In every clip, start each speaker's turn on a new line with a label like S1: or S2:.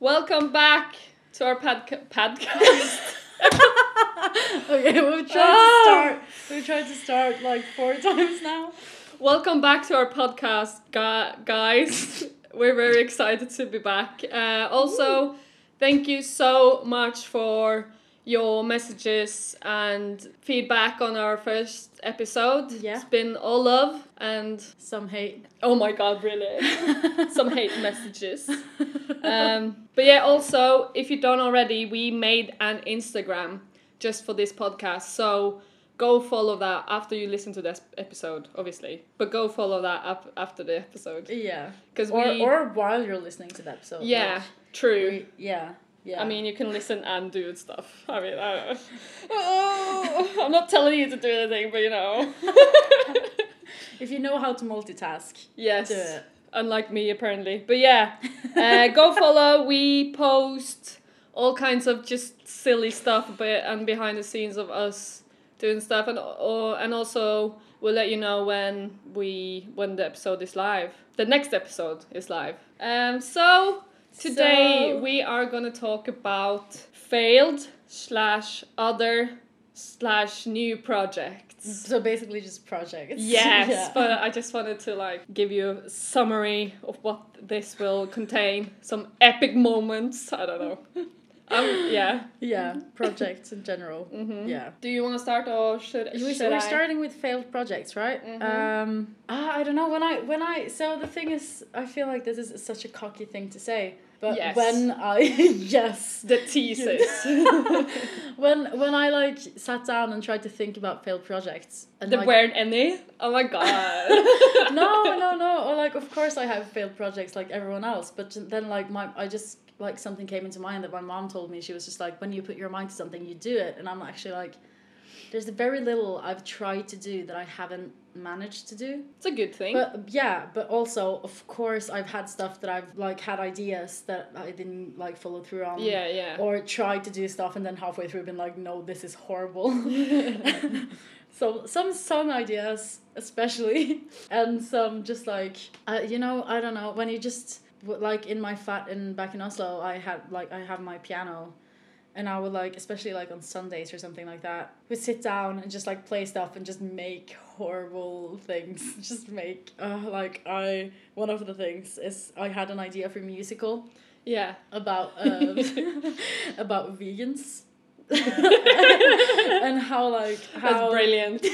S1: Welcome back to our podca- podcast.
S2: okay, we've tried
S1: Oh.
S2: to start. We've tried to start like four times now.
S1: Welcome back to our podcast, gu- guys. We're very excited to be back. Uh, also, thank you so much for your messages and feedback on our first episode.
S2: Yeah.
S1: It's been all love and
S2: Some hate.
S1: oh my god, really? Some hate messages.
S2: um,
S1: um, but yeah, also, if you don't already, we made an Instagram just for this podcast. So go follow that after you listen to this episode, obviously. But go follow that up after the episode.
S2: yeah.
S1: Because
S2: Or
S1: we.
S2: or while you're listening to the episode.
S1: yeah,
S2: like,
S1: true.
S2: we- yeah. Yeah.
S1: I mean, you can listen and do stuff. I mean, I don't know. Oh, I'm not telling you to do anything, but you know.
S2: if you know how to multitask,
S1: yes.
S2: do it.
S1: unlike me apparently. But yeah, uh, go follow. We post all kinds of just silly stuff, but and behind the scenes of us doing stuff, and or and also we'll let you know when we when the episode is live. The next episode is live. Um. So today
S2: So-
S1: we are gonna talk about failed slash other slash new projects.
S2: So basically, just projects.
S1: Yes,
S2: Yeah.
S1: but I just wanted to like give you a summary of what this will contain. Some epic moments. I don't know. Um, yeah.
S2: yeah, projects in general.
S1: Mm-hmm.
S2: Yeah.
S1: Do you want to start or should,
S2: We-
S1: should
S2: we're
S1: I?
S2: starting with failed projects, right?
S1: Mhm.
S2: Um, ah, I don't know when I when I so the thing is, I feel like this is such a cocky thing to say, but
S1: Yes.
S2: when I yes,
S1: The thesis.
S2: Oh when when I like sat down and tried to think about failed projects, and
S1: there
S2: like,
S1: weren't any. Oh my god.
S2: no, no, no, or like of course I have failed projects like everyone else, but then like my I just like something came into mind that my mom told me she was just like when you put your mind to something you do it, and I'm actually like. There's very little I've tried to do that I haven't managed to do.
S1: It's a good thing.
S2: But yeah, but also of course I've had stuff that I've like had ideas that I didn't like follow through on.
S1: yeah, yeah.
S2: um, Or tried to do stuff and then halfway through been like, no, this is horrible. so some some ideas especially, and some just like uh, you know I don't know when you just w- like in my flat in back in Oslo I had like I have my piano. And I would like, especially like on Sundays or something like that, would sit down and just like play stuff and just make horrible things. Just make uh, like I one of the things is I had an idea for a musical
S1: yeah.
S2: about um, about vegans and how like how
S1: That's brilliant.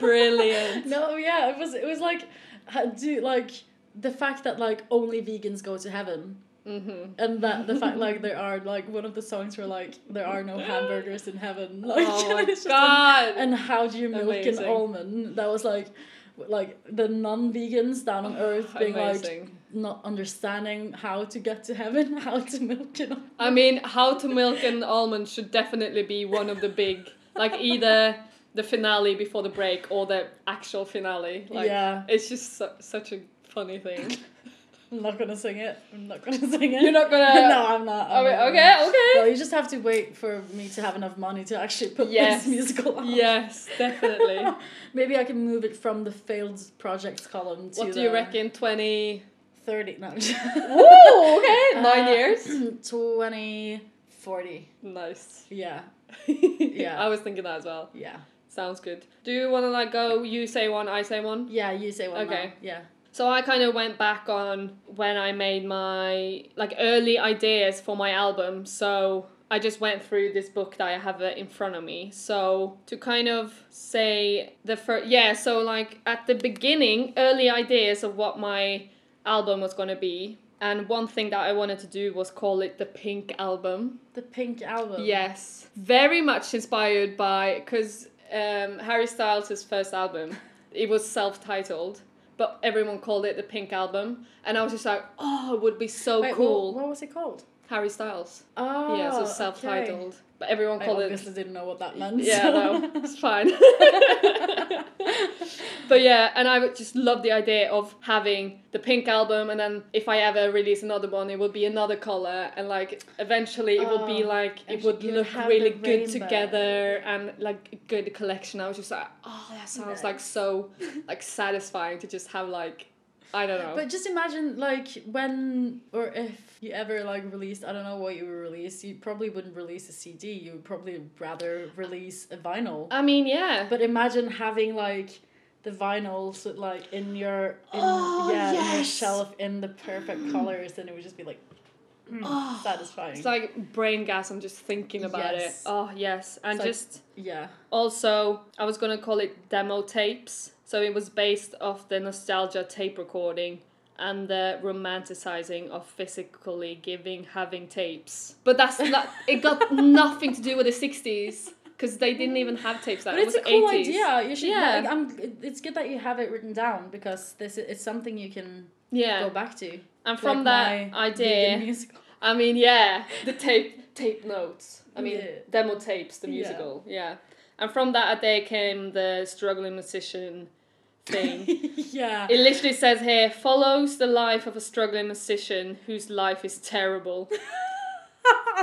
S1: brilliant.
S2: no yeah it was it was like how do like the fact that like only vegans go to heaven
S1: Mm-hmm.
S2: and that the fact like there are like one of the songs were like there are no hamburgers in heaven like
S1: Oh my
S2: it's just like-
S1: god.
S2: and how do you milk
S1: Amazing.
S2: an almond that was like w- like the non-vegans down on earth being like
S1: Oh, Amazing.
S2: not understanding how to get to heaven how to milk an almond
S1: I mean, how to milk an almond should definitely be one of the big, like either the finale before the break or the actual finale. Like,
S2: yeah
S1: it's just su- such a funny thing.
S2: I'm not gonna sing it. I'm not gonna sing it.
S1: You're not gonna.
S2: no, I'm not.
S1: I
S2: I'm
S1: mean,
S2: not.
S1: okay,
S2: Well,
S1: okay.
S2: you just have to wait for me to have enough money to actually put
S1: Yes.
S2: this musical out.
S1: Yes, definitely.
S2: Maybe I can move it from the failed projects column to
S1: what do
S2: the
S1: you reckon? Twenty.
S2: Thirty. No.
S1: Ooh, okay. Nine
S2: Uh,
S1: years.
S2: Twenty. Forty.
S1: Nice.
S2: Yeah.
S1: yeah. I was thinking that as well.
S2: Yeah.
S1: Sounds good. Do you want to like go? You say one. I say one.
S2: Yeah. You say one.
S1: Okay.
S2: now. Yeah.
S1: So I kind of went back on when I made my like early ideas for my album. So I just went through this book that I have uh, in front of me. So to kind of say the first yeah, so like at the beginning, early ideas of what my album was going to be. And one thing that I wanted to do was call it the Pink Album.
S2: The Pink album.
S1: Yes. Very much inspired by because um, Harry Styles' first album, it was self-titled, but everyone called it the Pink Album, and I was just like, oh, it would be so
S2: Wait, wha-
S1: cool.
S2: What, was it called?
S1: Harry Styles.
S2: Oh.
S1: yeah, so
S2: okay.
S1: self-titled, but everyone
S2: I
S1: called it
S2: obviously didn't know what that meant.
S1: yeah,
S2: so-
S1: no, it's fine. but yeah, and I would just love the idea of having the pink album, and then if I ever release another one, it would be another color, and like eventually it would be
S2: Oh,
S1: like
S2: and
S1: it would
S2: you
S1: look
S2: have
S1: really
S2: the
S1: good
S2: rainbow.
S1: together and like a good collection. I was just like, oh, that sounds like so like satisfying to just have like I don't know.
S2: But just imagine, like, when or if you ever like released, I don't know what you would release. You probably wouldn't release a CD. You would probably rather release a vinyl.
S1: I mean, yeah.
S2: But imagine having like the vinyls with like in your in,
S1: Oh,
S2: yeah in your
S1: yes.
S2: shelf in the perfect colors, and it would just be like mm,
S1: Oh,
S2: satisfying.
S1: It's like brain gas. I'm just thinking about
S2: Yes.
S1: it. Oh yes, and
S2: It's like-
S1: just
S2: yeah,
S1: also I was gonna call it demo tapes. So it was based off the nostalgia tape recording and the romanticizing of physically giving having tapes. But that's not, it got nothing to do with the sixties because they didn't even have tapes. That
S2: but
S1: was
S2: it's a cool
S1: 80s.
S2: idea. You should.
S1: Yeah.
S2: like, I'm. it- It's good that you have it written down because this is, it's something you can
S1: Yeah,
S2: go back to.
S1: and from
S2: Like
S1: that
S2: my
S1: idea,
S2: vegan musical.
S1: I mean, yeah, the tape tape notes. I mean,
S2: Yeah.
S1: demo tapes, the
S2: Yeah.
S1: musical. Yeah. and from that idea came the struggling musician thing.
S2: yeah.
S1: it literally says here follows the life of a struggling musician whose life is terrible.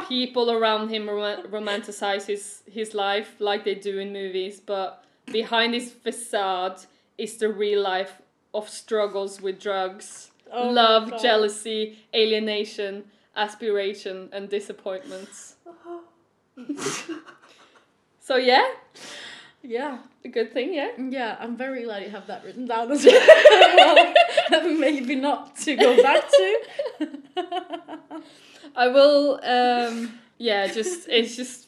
S1: People around him rom- romanticize his, his life like they do in movies, but behind his facade is the real life of struggles with drugs
S2: Oh my
S1: love,
S2: God.
S1: jealousy, alienation, aspiration, and disappointments. so yeah,
S2: Yeah.
S1: a good thing, yeah.
S2: Yeah, I'm very glad you have that written down as well. well maybe not to go back to.
S1: I will. Um, yeah, just it's just.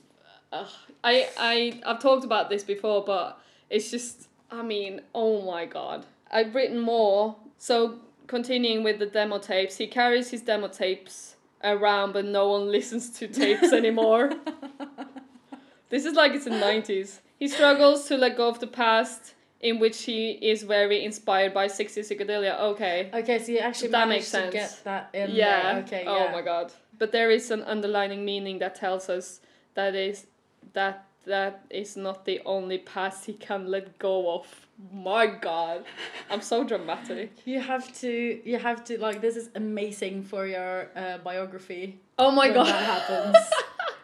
S1: ugh. I I I've talked about this before, but it's just. I mean, oh my god! I've written more. So continuing with the demo tapes, he carries his demo tapes around, but no one listens to tapes anymore. This is like it's the 90s. He struggles to let go of the past in which he is very inspired by 60s psychedelia. Okay.
S2: okay, so you actually
S1: That
S2: managed
S1: makes
S2: to get
S1: sense.
S2: that in
S1: yeah.
S2: there. Okay,
S1: oh
S2: yeah.
S1: my god. But there is an underlining meaning that tells us that is that that is not the only past he can let go of. My god. I'm so dramatic.
S2: You have to, you have to, like, this is amazing for your uh, biography.
S1: Oh my
S2: when
S1: god.
S2: That happens.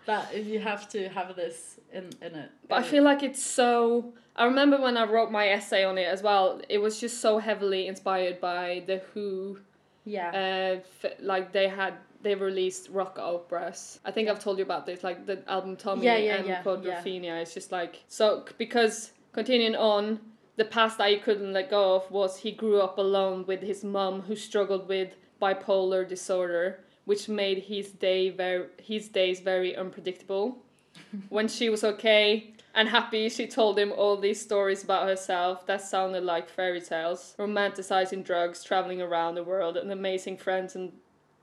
S2: that you have to have this in, in it.
S1: But I
S2: in it.
S1: feel like it's so. I remember when I wrote my essay on it as well, it was just so heavily inspired by The Who
S2: Yeah.
S1: uh, f- like they had they released rock operas. I think I've told you about this, like the album Tommy
S2: Yeah, yeah,
S1: and
S2: yeah,
S1: Quadrophenia. It's just like so c- because continuing on, the past that he couldn't let go of was he grew up alone with his mum who struggled with bipolar disorder, which made his day very his days very unpredictable. when she was okay and happy, she told him all these stories about herself that sounded like fairy tales, romanticizing drugs, traveling around the world, and amazing friends, and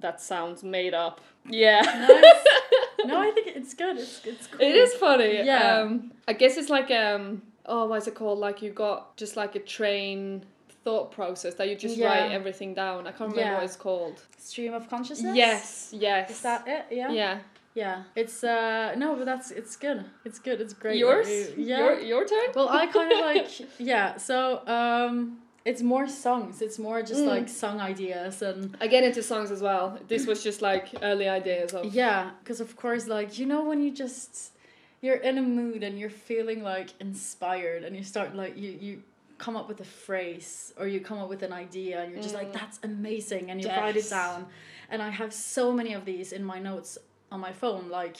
S1: that sounds made up. Yeah.
S2: nice. No, I think it's good. It's, it's cool.
S1: It is funny.
S2: Yeah.
S1: Um, I guess it's like um oh what's it called? Like you got just like a train thought process that you just
S2: Yeah.
S1: write everything down. I can't remember
S2: Yeah.
S1: what it's called.
S2: Stream of consciousness?
S1: Yes, yes.
S2: Is that it? Yeah.
S1: yeah.
S2: Yeah, it's uh no, but that's it's good. It's good. It's great. that
S1: Yours?
S2: you- yeah.
S1: Your, your turn?
S2: well, I kind of like yeah. So um, it's more songs. It's more just
S1: Mm.
S2: like song ideas and
S1: I get into songs as well. This was just like early ideas of
S2: yeah, because of course, like you know when you just you're in a mood and you're feeling like inspired and you start like you you come up with a phrase or you come up with an idea and you're just like
S1: Mm.
S2: that's amazing and you write it
S1: Yes.
S2: down and i have so many of these in my notes on my phone like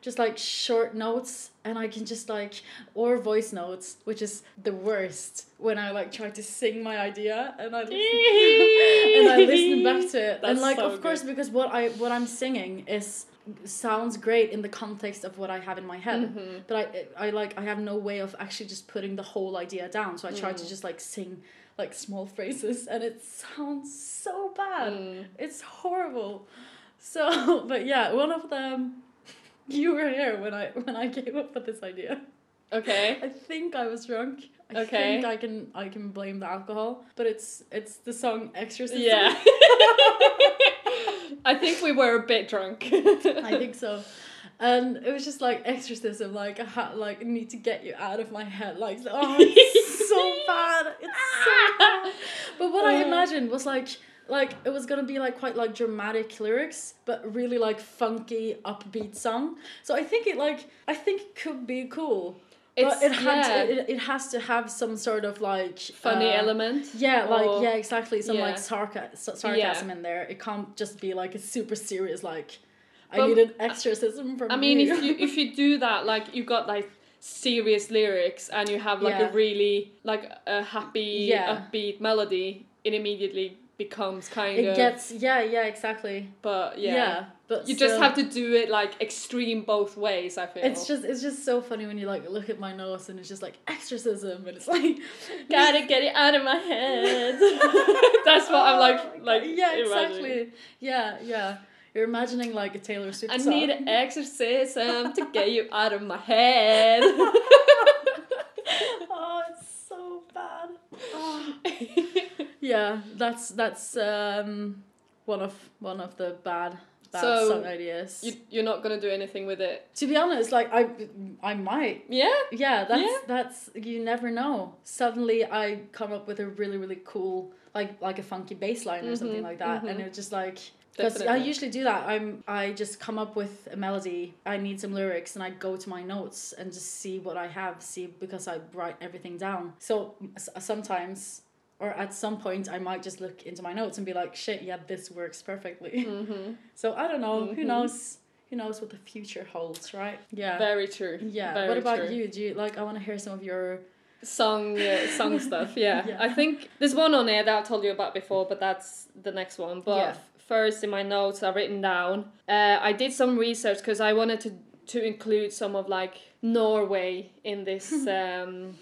S2: just like short notes and i can just like or voice notes which is the worst when i like try to sing my idea and i listen, and i listen back to it and
S1: That's
S2: like
S1: so
S2: of course because what i what i'm singing is sounds great in the context of what i have in my head
S1: Mhm.
S2: but I, I like I have no way of actually just putting the whole idea down. So I try to
S1: Mm.
S2: just like sing like small phrases, and it sounds so bad.
S1: Mm.
S2: It's horrible. So, but yeah, one of them. You were here when I when I came up with this idea.
S1: Okay.
S2: I think I was drunk. I
S1: Okay.
S2: think I can I can blame the alcohol, but it's it's the song Exorcism.
S1: Yeah. I think we were a bit drunk.
S2: I think so. And it was just like exorcism, like I ha- like I need to get you out of my head, like oh, it's so bad, it's so bad. But what I
S1: Uh.
S2: imagined was like like it was gonna be like quite like dramatic lyrics, but really like funky upbeat song. So I think it like I think it could be cool.
S1: It's,
S2: but it had
S1: yeah,
S2: to, it, it has to have some sort of like
S1: funny
S2: uh,
S1: element.
S2: Yeah, like
S1: or-
S2: yeah, exactly. Some
S1: yeah.
S2: like sarca- s- sarcasm in there. It can't just be like a super serious like. I
S1: But-
S2: need an exorcism from
S1: I mean,
S2: you.
S1: if you if you do that, like you got like serious lyrics and you have like
S2: Yeah.
S1: a really like a happy
S2: Yeah.
S1: upbeat melody, it immediately becomes kind
S2: it
S1: of.
S2: gets yeah, yeah, exactly.
S1: but yeah.
S2: Yeah, but
S1: You just
S2: still,
S1: have to do it like extreme both ways. I feel
S2: It's just it's just so funny when you like look at my nose and it's just like exorcism and it's like gotta
S1: get it out of my head. That's what I'm like, like
S2: Oh yeah
S1: imagining.
S2: exactly yeah yeah you're imagining like a Taylor Swift
S1: I
S2: song.
S1: need an exorcism to get you out of my head.
S2: oh, it's so bad. Yeah, that's that's um one of one of the bad bad
S1: So,
S2: song ideas.
S1: you, you're not gonna do anything with it.
S2: to be honest, like I I might.
S1: Yeah.
S2: Yeah, that's
S1: Yeah.
S2: that's you never know. Suddenly I come up with a really really cool like like a funky bass line or something
S1: Mhm,
S2: like that and
S1: mhm.
S2: it's just like because I
S1: Definitely.
S2: usually do that. I'm I just come up with a melody. I need some lyrics, and I go to my notes and just see what I have. See because I write everything down. So s- sometimes, or at some point, I might just look into my notes and be like, "Shit, yeah, this works perfectly."
S1: hmm
S2: so I don't know. Who
S1: Mhm.
S2: knows? Who knows what the future holds, right? Yeah.
S1: Very true.
S2: Uh, yeah.
S1: Very
S2: what about
S1: true.
S2: you? Do you like? I want to hear some of your.
S1: Song, uh, song stuff. Yeah.
S2: Yeah.
S1: I think there's one on there that I told you about before, but that's the next one. But
S2: Yeah.
S1: f- first, in my notes, I've written down. Uh, I did some research because I wanted to to include some of like Norway in this um,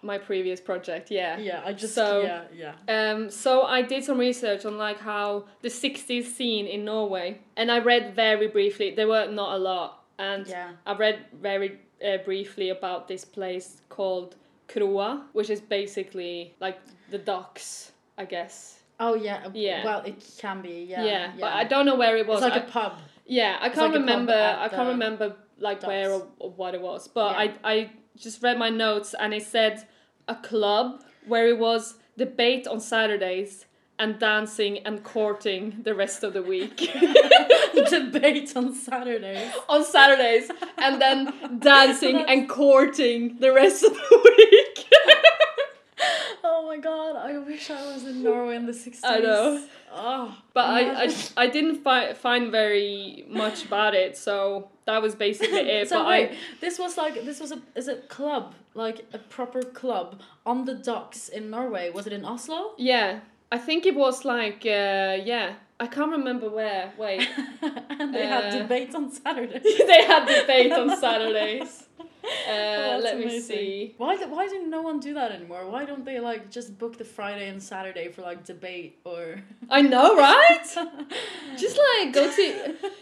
S1: my previous project. Yeah.
S2: Yeah, I just.
S1: So-
S2: yeah, yeah.
S1: Um, so I did some research on like how the 60s scene in Norway, and I read very briefly. There were not a lot, and
S2: Yeah.
S1: I read very uh, briefly about this place called Kroa, which is basically like the docks, I guess.
S2: Oh yeah.
S1: Yeah.
S2: Well, it can be. Yeah.
S1: Yeah, but I don't know where it was.
S2: It's like
S1: I-
S2: a pub.
S1: yeah, I
S2: It's
S1: can't
S2: like a pub
S1: remember.
S2: at
S1: I can't
S2: the
S1: remember like where
S2: docks.
S1: or, or what it was, but
S2: Yeah.
S1: I I just read my notes and it said a club where it was debate on Saturdays and dancing and courting the rest of the week
S2: debate on Saturdays.
S1: on Saturdays and then dancing and courting the rest of the week.
S2: Oh my god, I wish I was in Norway in the 60s.
S1: I know.
S2: Oh,
S1: But I, I,
S2: Imagine.
S1: I didn't fi- find very much about it, so that was basically it.
S2: so
S1: but
S2: wait, this was like this was a is it club like a proper club on the docks in Norway? Was it in Oslo?
S1: I yeah, I think it was like uh, yeah, I can't remember where. Wait,
S2: and they had
S1: Uh,
S2: debates on Saturdays.
S1: they had debate on Saturdays. Uh,
S2: Oh, that's
S1: let me
S2: amazing.
S1: see.
S2: Why do, why didn't no one do that anymore? Why don't they like just book the Friday and Saturday for like debate or
S1: I know, right? Just like go to.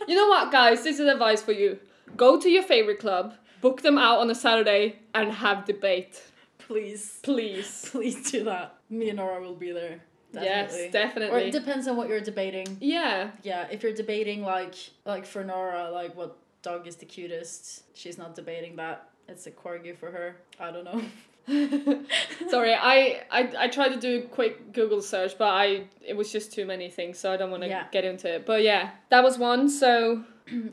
S1: You know what, guys? This is advice for you. Go to your favorite club, book them out on a Saturday, and have debate,
S2: please
S1: please.
S2: please do that. Me and Nora will be there.
S1: Yes, definitely.
S2: Or it depends on what you're debating.
S1: yeah.
S2: Yeah, if you're debating like like for Nora, like what dog is the cutest, she's not debating that. It's a corgi for her. I don't know.
S1: Sorry, I, I I tried to do a quick Google search, but I it was just too many things, so I don't want to
S2: Yeah.
S1: get into it. But yeah, that was one. So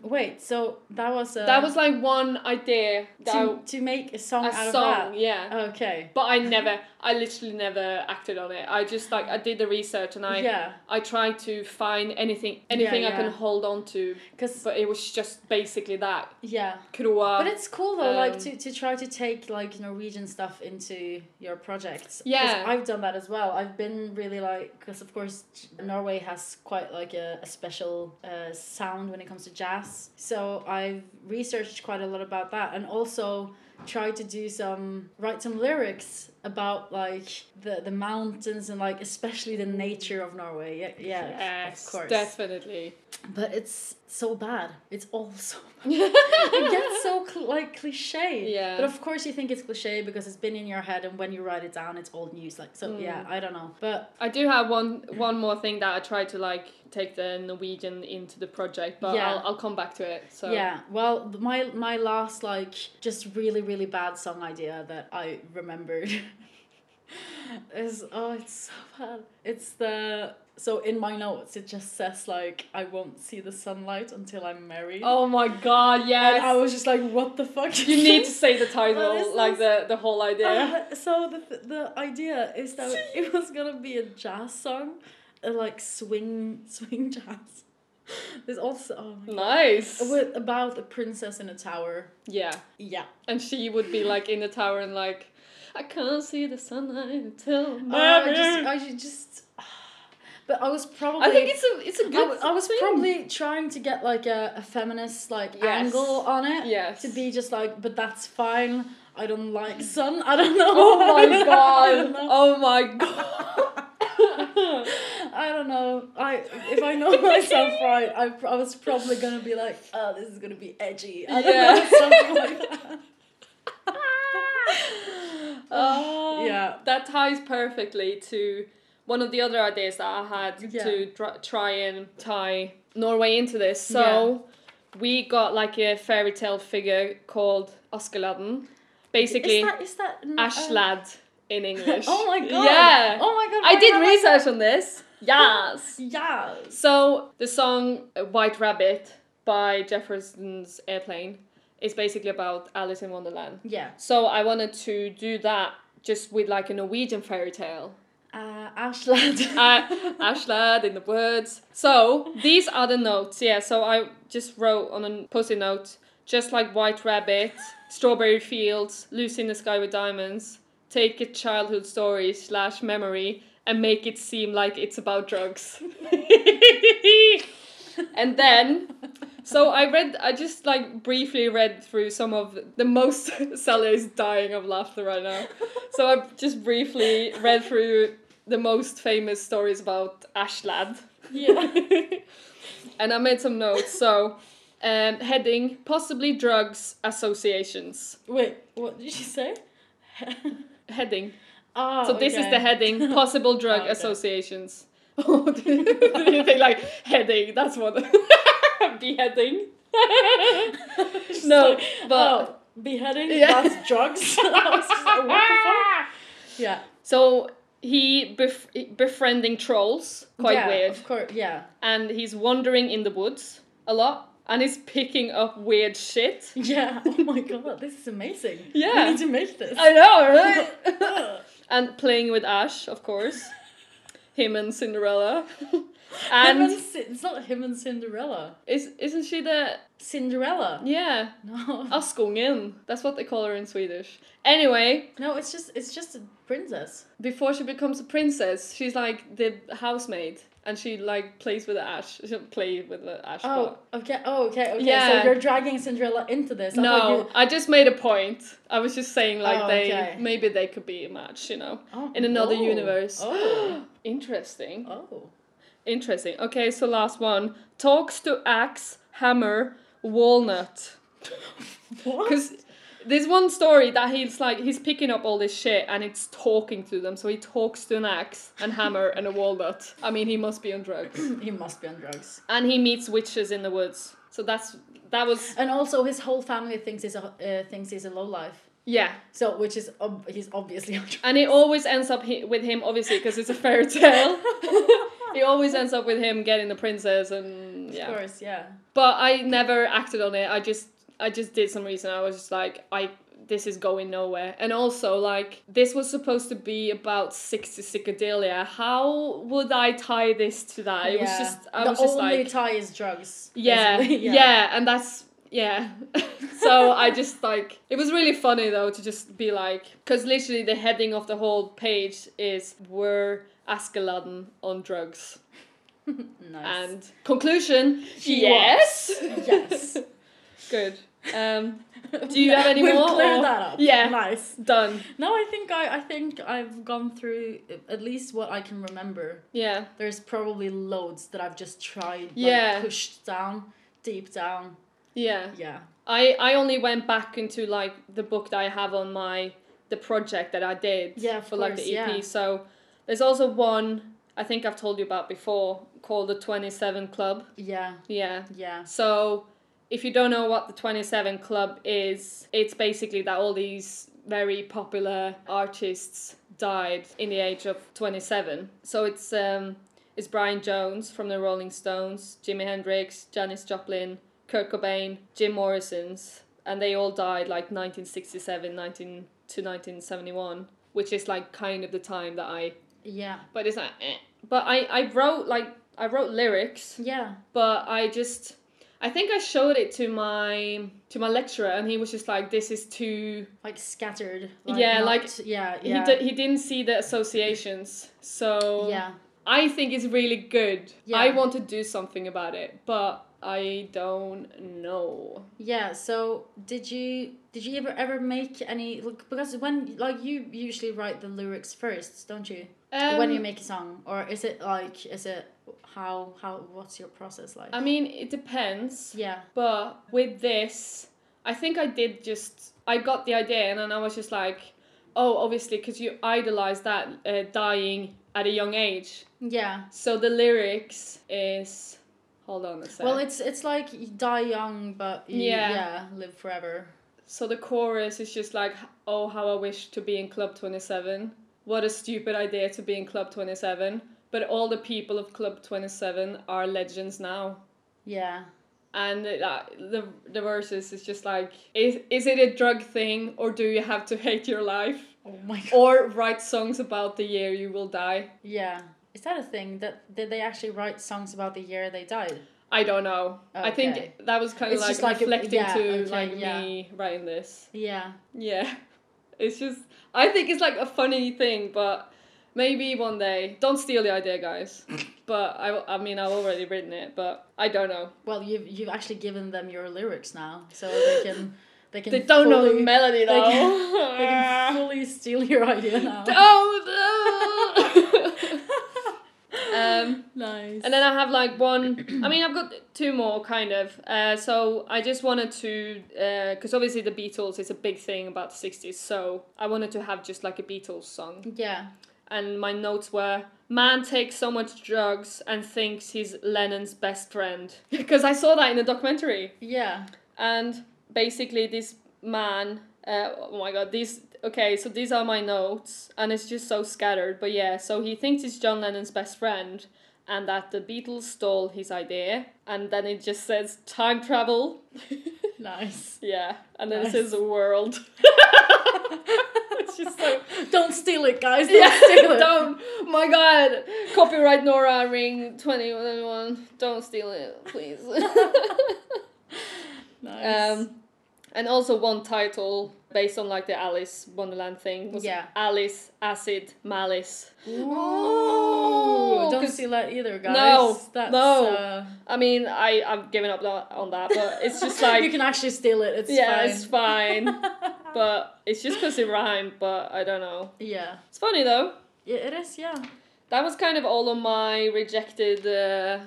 S2: Wait, so that was a
S1: that was like one idea that I-
S2: to, to make a song out
S1: a
S2: of
S1: song,
S2: that.
S1: yeah.
S2: Okay.
S1: But I never, I literally never acted on it. I just like I did the research and I
S2: yeah,
S1: I tried to find anything anything I
S2: yeah.
S1: can hold on to,
S2: because
S1: but it was just basically that
S2: yeah,
S1: Kroa.
S2: but it's cool though, like
S1: um,
S2: to, to try to take like Norwegian stuff into your projects. 'Cause
S1: Yeah.
S2: I've done that as well. I've been really like because of course Norway has quite like a, a special uh, sound when it comes to jazz. So I've researched quite a lot about that and also tried to do some write some lyrics about like the the mountains and like especially the nature of Norway. Yeah, yeah, of-
S1: yes,
S2: of course.
S1: definitely.
S2: But it's so bad. It's all so bad. it gets so cl- like cliche.
S1: Yeah.
S2: But of course you think it's cliche because it's been in your head, and when you write it down, it's old news. Like so,
S1: Mm.
S2: yeah. I don't know, but
S1: I do have one one more thing that I tried to like take the Norwegian into the project, but
S2: Yeah.
S1: I'll, I'll come back to it. So
S2: yeah. Well, th- my my last like just really really bad song idea that I remembered is oh it's so bad. It's the So in my notes, it just says like, I won't see the sunlight until I'm married.
S1: Oh my god,
S2: And
S1: yes.
S2: I was just like, what the fuck?
S1: you need to say the
S2: What
S1: title,
S2: is
S1: like the, the whole idea.
S2: Uh, so the, th- the idea is that it was gonna be a jazz song, uh, like swing swing jazz. There's also oh my God.
S1: nice.
S2: with about a princess in a tower.
S1: Yeah.
S2: Yeah.
S1: And she would be like in the tower and like, I can't see the sunlight until I'm
S2: Oh, I
S1: married.
S2: just
S1: I, oh.
S2: I ju- just, but I was probably.
S1: think it's a it's a
S2: I
S1: good.
S2: w- I was
S1: thing.
S2: probably trying to get like a, a feminist like
S1: Yes.
S2: angle on it
S1: yes
S2: to be just like, but that's fine. I don't like sun. I don't know.
S1: Oh
S2: I
S1: my
S2: don't
S1: god!
S2: know.
S1: Oh my god!
S2: I don't know. I if I know myself right, I, pr- I was probably gonna be like, oh, this is gonna be edgy. I don't
S1: Yeah.
S2: know, something like that.
S1: Oh,
S2: Yeah.
S1: That ties perfectly to one of the other ideas that I had
S2: Yeah.
S1: to dr- try and tie Norway into this. So we got like a fairy tale figure called Askeladden, basically
S2: Is that is that n- uh,
S1: Ashlad in English.
S2: Oh my god!
S1: Yeah.
S2: Oh my god!
S1: I
S2: why
S1: did
S2: have
S1: research on this. Yes.
S2: Yes.
S1: So the song uh, "White Rabbit" by Jefferson's Airplane is basically about Alice in Wonderland.
S2: Yeah.
S1: So I wanted to do that just with like a Norwegian fairy tale.
S2: Uh, Ashland.
S1: Uh, Ashlad in the woods. So these are the notes. Yeah. So I just wrote on a post-it note, just like White Rabbit, Strawberry Fields, Lucy in the Sky with Diamonds. Take a childhood story slash memory and make it seem like it's about drugs. and then so I read, I just like briefly read through some of the most Sally is dying of laughter right now. So I just briefly read through the most famous stories about Ashlad.
S2: yeah.
S1: and I made some notes. So, um, heading possibly drugs associations.
S2: Wait. What did you say?
S1: Heading.
S2: Ah.
S1: So this is
S2: okay.
S1: the heading possible drug
S2: Oh, okay.
S1: associations. Oh, do you think like heading? That's what beheading.
S2: Just
S1: no,
S2: like,
S1: but
S2: oh, beheading.
S1: Yeah.
S2: That's drugs. I was just like, what the fuck? Yeah.
S1: So he bef- befriending trolls, quite
S2: yeah,
S1: weird,
S2: Of course. Yeah.
S1: and he's wandering in the woods a lot, and he's picking up weird shit.
S2: Yeah. Oh my god, this is amazing.
S1: Yeah.
S2: We need to make this.
S1: I know, right?
S2: Ugh.
S1: and playing with Ash, of course, him and Cinderella,
S2: him
S1: and
S2: and Cin- it's not him and Cinderella.
S1: is isn't she the
S2: Cinderella.
S1: yeah
S2: No.
S1: Oh. Askungen? That's what they call her in Swedish. Anyway,
S2: No, it's just it's just a princess.
S1: before she becomes a princess, she's like the housemaid, and she like plays with Ash. She play with the Ash. but-
S2: Oh, okay. Oh, okay. Okay.
S1: Yeah.
S2: So you're dragging Cinderella into this. I thought
S1: No,
S2: you-
S1: I just made a point. I was just saying like
S2: Oh,
S1: they
S2: okay.
S1: maybe they could be a match, you know,
S2: oh,
S1: in another
S2: oh,
S1: universe.
S2: Oh.
S1: Interesting.
S2: Oh.
S1: Interesting. Okay, so last one. Talks to axe, hammer, walnut.
S2: What?
S1: Cuz there's one story that he's like he's picking up all this shit and it's talking to them. So he talks to an axe, and hammer and a walnut. I mean, he must be on drugs.
S2: He must be on drugs.
S1: and he meets witches in the woods. So that's that was
S2: And also, his whole family thinks he's a uh, thinks he's a low life.
S1: yeah.
S2: So, which is ob- he's obviously on drugs.
S1: And it always ends up hi- with him, obviously, because it's a fairy tale. it always ends up with him getting the princess, and
S2: Of
S1: yeah.
S2: course, yeah.
S1: But I never acted on it. I just, I just did some reason. I was just like, I this is going nowhere. And also, like, this was supposed to be about sixty psychedelia. How would I tie this to that? It was
S2: Yeah.
S1: just, I
S2: the
S1: was just
S2: only
S1: like,
S2: tie is drugs.
S1: yeah,
S2: basically.
S1: yeah, and that's yeah. so I just like it was really funny though to just be like because literally the heading of the whole page is "Were Askeladden on drugs?"
S2: Nice.
S1: And conclusion:
S2: She
S1: Yes,
S2: yes.
S1: good. Um, do you have any
S2: We've
S1: more?
S2: cleared
S1: or-
S2: that up.
S1: Yeah.
S2: Nice.
S1: Done.
S2: No, I think I, I think I've gone through at least what I can remember.
S1: Yeah,
S2: There's probably loads that I've just tried, like,
S1: Yeah.
S2: pushed down, deep down.
S1: yeah.
S2: Yeah.
S1: I I only went back into like the book that I have on my the project that I did
S2: Yeah, of
S1: for like the
S2: course,
S1: EP.
S2: yeah.
S1: So there's also one I think I've told you about before called the 27 Club.
S2: Yeah.
S1: Yeah.
S2: Yeah.
S1: So if you don't know what the 27 Club is, it's basically that all these very popular artists died in the age of 27. So it's um is Brian Jones from the Rolling Stones, Jimi Hendrix, Janis Joplin, Kurt Cobain, Jim Morrison's, and they all died like 1967, 19 to 1971, which is like kind of the time that I.
S2: Yeah.
S1: But it's like, eh. but I I wrote like I wrote lyrics
S2: Yeah.
S1: but I just I think I showed it to my to my lecturer and he was just like this is too
S2: Like scattered.
S1: Yeah,
S2: not-
S1: like,
S2: Yeah. Yeah.
S1: he, di- he didn't see the associations so
S2: yeah.
S1: I think it's really good
S2: Yeah.
S1: I want to do something about it but I don't know
S2: Yeah, so did you did you ever ever make any like, because when like you usually write the lyrics first, don't you?
S1: um,
S2: when you make a song or is it like is it how how what's your process like?
S1: I mean it depends
S2: yeah.
S1: but with this I think I did just I got the idea and then I was just like oh obviously because you idolize that uh, dying at a young age
S2: Yeah.
S1: So the lyrics is hold on a sec.
S2: Well, it's it's like you die young but you,
S1: Yeah.
S2: yeah. live forever.
S1: so the chorus is just like oh how I wish to be in club 27. What a stupid idea to be in club 27, but all the people of club 27 are legends now.
S2: Yeah.
S1: And it, uh, the the verses is just like is is it a drug thing or do you have to hate your life
S2: Oh my god.
S1: or write songs about the year you will die?
S2: Yeah. Is that a thing that did they actually write songs about the year they died?
S1: I don't know. I
S2: Okay.
S1: think that was kind of
S2: It's
S1: like,
S2: just like a-
S1: reflecting
S2: yeah,
S1: to
S2: okay,
S1: like
S2: yeah.
S1: me writing this.
S2: Yeah.
S1: Yeah. It's just I think it's like a funny thing, but maybe one day. Don't steal the idea, guys. but I I mean I've already written it, but I don't know.
S2: Well, you've you've actually given them your lyrics now, so they can they can
S1: They don't know the
S2: fully-
S1: melody though.
S2: can- They can fully steal your idea now.
S1: don't. Oh, um
S2: nice.
S1: And then I have like one. I mean, I've got two more kind of. Uh, so I just wanted to, because obviously the Beatles is a big thing about the sixties. So I wanted to have just like a Beatles song.
S2: yeah.
S1: And my notes were: Man takes so much drugs and thinks he's Lennon's best friend. Because I saw that in a documentary.
S2: Yeah.
S1: And basically, this man. Uh, oh my god! These okay. So these are my notes, and it's just so scattered. But yeah, so he thinks he's John Lennon's best friend, and that the Beatles stole his idea. And then it just says time travel.
S2: Nice.
S1: yeah, and then
S2: Nice.
S1: it says world. it's just so
S2: Don't steal it, guys. Don't
S1: yeah.
S2: steal it.
S1: Don't. My God. Copyright Nora Ring twenty one. one. Don't steal it, please.
S2: Nice.
S1: Um, and also one title based on like the Alice Wonderland thing was
S2: Yeah.
S1: Alice Acid Malice.
S2: Ooh, don't
S1: 'cause-
S2: steal that either, guys.
S1: No,
S2: That's,
S1: no.
S2: Uh,
S1: I mean, I I've given up tha- on that, but it's just like
S2: you can actually steal it. It's
S1: yeah,
S2: fine.
S1: it's fine. but it's just because it rhymed. But I don't know.
S2: yeah.
S1: It's funny though.
S2: Yeah, it is. Yeah.
S1: That was kind of all of my rejected uh,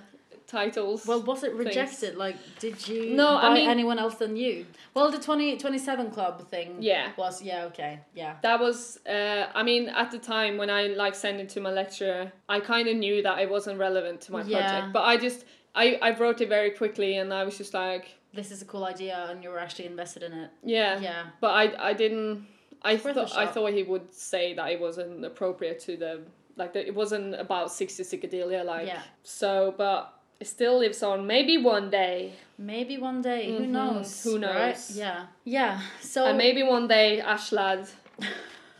S1: titles.
S2: Well, was it
S1: Thanks.
S2: rejected? Like, did you
S1: No, I
S2: by
S1: mean-
S2: anyone else than you? Well, the 20, 27 club thing.
S1: Yeah.
S2: Was yeah okay yeah
S1: that was uh, I mean at the time when I like sent it to my lecturer, I kind of knew that it wasn't relevant to my
S2: Yeah.
S1: project, but I just I I wrote it very quickly and I was just like
S2: this is a cool idea and you were actually invested in it
S1: yeah,
S2: yeah
S1: but I I didn't I
S2: Worth a
S1: thought I
S2: shot.
S1: thought he would say that it wasn't appropriate to the like that it wasn't about 60 psychedelia like
S2: Yeah.
S1: so but it still lives on maybe one day
S2: Maybe one day. Mm-hmm. Who
S1: Mhm.
S2: knows?
S1: Who
S2: right?
S1: knows?
S2: Yeah. Yeah. So
S1: and maybe one day Ashlad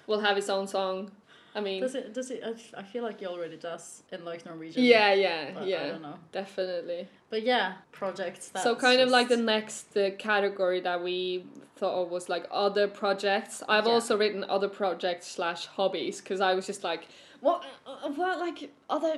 S1: will have his own song. I mean
S2: does it? Does it? I f- I feel like he already does in like Norwegian.
S1: yeah yeah
S2: But I
S1: yeah
S2: don't know.
S1: definitely.
S2: But yeah, projects. That's
S1: so kind of like the
S2: just-
S1: next uh, category that we thought of was like other projects i've
S2: Yeah.
S1: also written other projects slash hobbies because i was just like what uh, what like other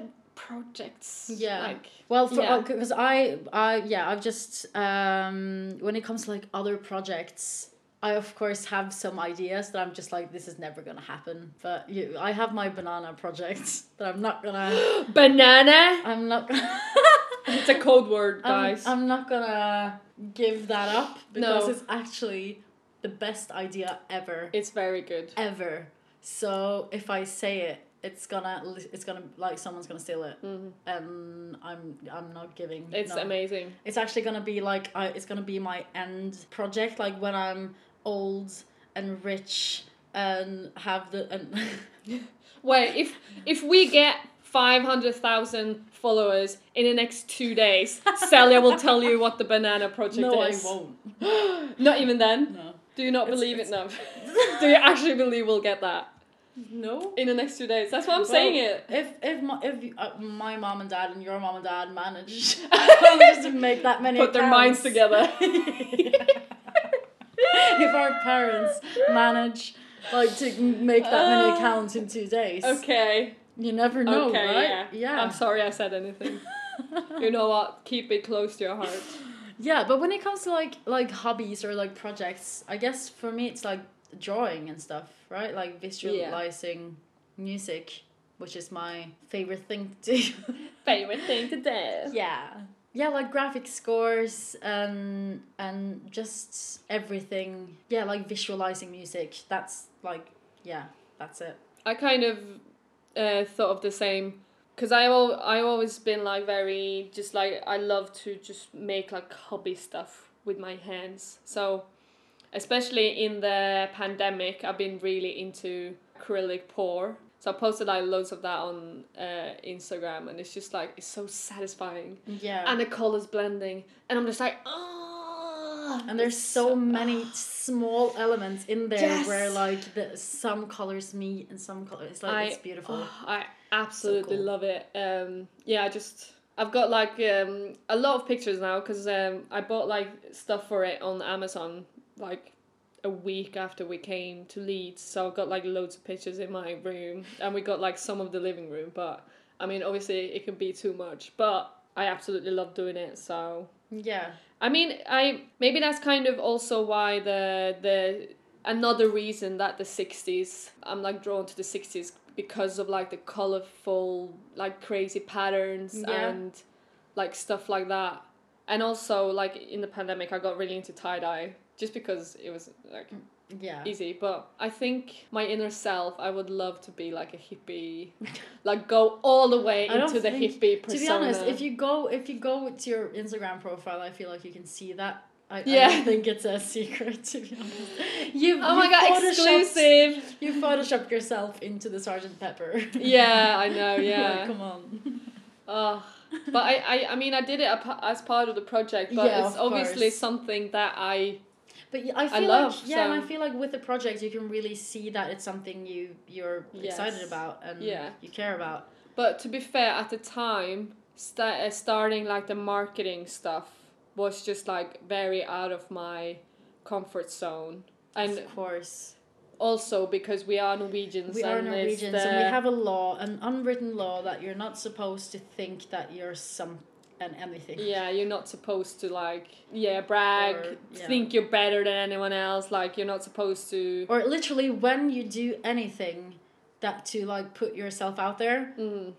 S1: projects
S2: Yeah.
S1: like
S2: Well, for
S1: Yeah.
S2: because I, I, yeah, I've just um, when it comes to like other projects, I of course have some ideas that I'm just like, this is never gonna happen. But you, I have my banana project that I'm not gonna,
S1: banana
S2: I'm not, gonna,
S1: it's a code word
S2: I'm,
S1: guys
S2: I'm not gonna give that up because
S1: No.
S2: it's actually the best idea ever,
S1: it's very good
S2: ever. So if I say it, it's gonna, it's gonna like someone's gonna steal it,
S1: Mhm.
S2: and I'm, I'm not giving.
S1: it's
S2: no.
S1: amazing
S2: It's actually gonna be like I, it's gonna be my end project, like when I'm old and rich and have the and
S1: wait if if we get 500,000 followers in the next two days, Celia will tell you what the Banana Project
S2: no, I
S1: is.
S2: won't.
S1: Not even then.
S2: No.
S1: Do you not
S2: It's-
S1: believe it now? Do you actually believe we'll get that
S2: No.
S1: in the next two days? That's why I'm
S2: Well,
S1: saying it.
S2: If if my, if you- uh, my mom and dad and your mom and dad manage just to make that many
S1: Put their minds
S2: accounts.
S1: together.
S2: if our parents manage like to make that
S1: Uh,
S2: many accounts in two days,
S1: Okay.
S2: you never know,
S1: okay.
S2: right?
S1: Yeah.
S2: Yeah.
S1: I'm sorry I said anything. you know what? Keep it close to your heart.
S2: Yeah, but when it comes to like like hobbies or like projects, I guess for me it's like drawing and stuff, right? Like visualizing music, which is my favorite thing to do.
S1: Favorite thing to do.
S2: yeah. Yeah, like graphic scores and and just everything. Yeah, like visualizing music. That's like yeah, that's it.
S1: I kind of uh, thought of the same because I al- I always been like very just like I love to just make like hobby stuff with my hands. So especially in the pandemic, I've been really into acrylic pour. So I posted like loads of that on uh, Instagram, and it's just like it's so satisfying,
S2: Yeah.
S1: and the colors blending, and I'm just like ah.
S2: And there's
S1: It's ah.
S2: so many small elements in there
S1: Yes.
S2: where like the, some colors meet and some colors it's like
S1: I-
S2: it's beautiful.
S1: Oh, I absolutely
S2: cool.
S1: love it. Um, yeah, I just I've got like um, a lot of pictures now because um, I bought like stuff for it on Amazon like a week after we came to Leeds. So I've got like loads of pictures in my room, and we got like some of the living room. But I mean, obviously it can be too much, but I absolutely love doing it. So
S2: Yeah.
S1: I mean, I maybe that's kind of also why the the another reason that the sixties I'm like drawn to the sixties because of like the colorful like crazy patterns
S2: Yeah.
S1: and like stuff like that, and also like in the pandemic I got really into tie dye just because it was like
S2: Mm. Yeah.
S1: easy but i think my inner self i would love to be like a hippie like go all the way
S2: I don't
S1: into the
S2: think-
S1: hippie persona
S2: To be honest, if you go if you go to your Instagram profile, I feel like you can see that. I, I
S1: Yeah.
S2: don't think it's a secret to be honest. You
S1: oh my
S2: you
S1: god
S2: photoshopped-
S1: exclusive
S2: You photoshopped yourself into the Sergeant Pepper.
S1: Yeah, I know,
S2: Like,
S1: yeah.
S2: come on.
S1: Oh, but I, I, I mean, I did it ap- as part of the project, but
S2: Yeah,
S1: it's
S2: of
S1: obviously
S2: course.
S1: something that I.
S2: But y- I feel
S1: love,
S2: like yeah, and I
S1: so-
S2: feel like with the project you can really see that it's something you you're excited
S1: Yes.
S2: about and
S1: Yeah.
S2: you care about.
S1: But to be fair, at the time, sta uh, starting like the marketing stuff was just like very out of my comfort zone, and
S2: of course,
S1: also because we are Norwegians.
S2: we are
S1: and it's
S2: Norwegians,
S1: the-
S2: and we have a law, an unwritten law that you're not supposed to think that you're some and anything.
S1: Yeah, you're not supposed to like yeah brag,
S2: Or- yeah.
S1: think you're better than anyone else. Like you're not supposed to.
S2: Or literally, when you do anything that to like put yourself out there,
S1: Mm,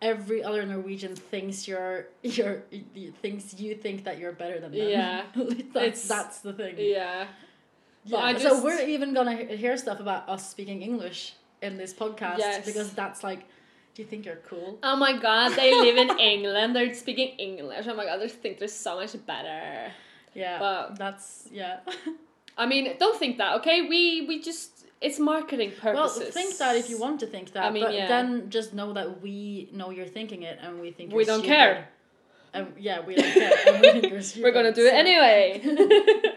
S2: every other Norwegian thinks you're you're you- thinks you think that you're better than them.
S1: Yeah.
S2: that's,
S1: It's-
S2: that's the thing.
S1: yeah. But I
S2: so
S1: just-
S2: we're even gonna he- hear stuff about us speaking English in this podcast
S1: Yes.
S2: because that's like, do you think you're cool?
S1: Oh my god, they live in England. They're speaking English. Oh my god, they think they're so much better.
S2: Yeah,
S1: But-
S2: that's yeah.
S1: I mean, don't think that, okay? We we just it's marketing purposes.
S2: Well, think that if you want to think that,
S1: I mean,
S2: but
S1: yeah.
S2: then just know that we know you're thinking it, and we think
S1: We
S2: you're
S1: don't
S2: stupid.
S1: care.
S2: And yeah, we don't care. and we think you're stupid,
S1: We're gonna do it
S2: so-
S1: anyway.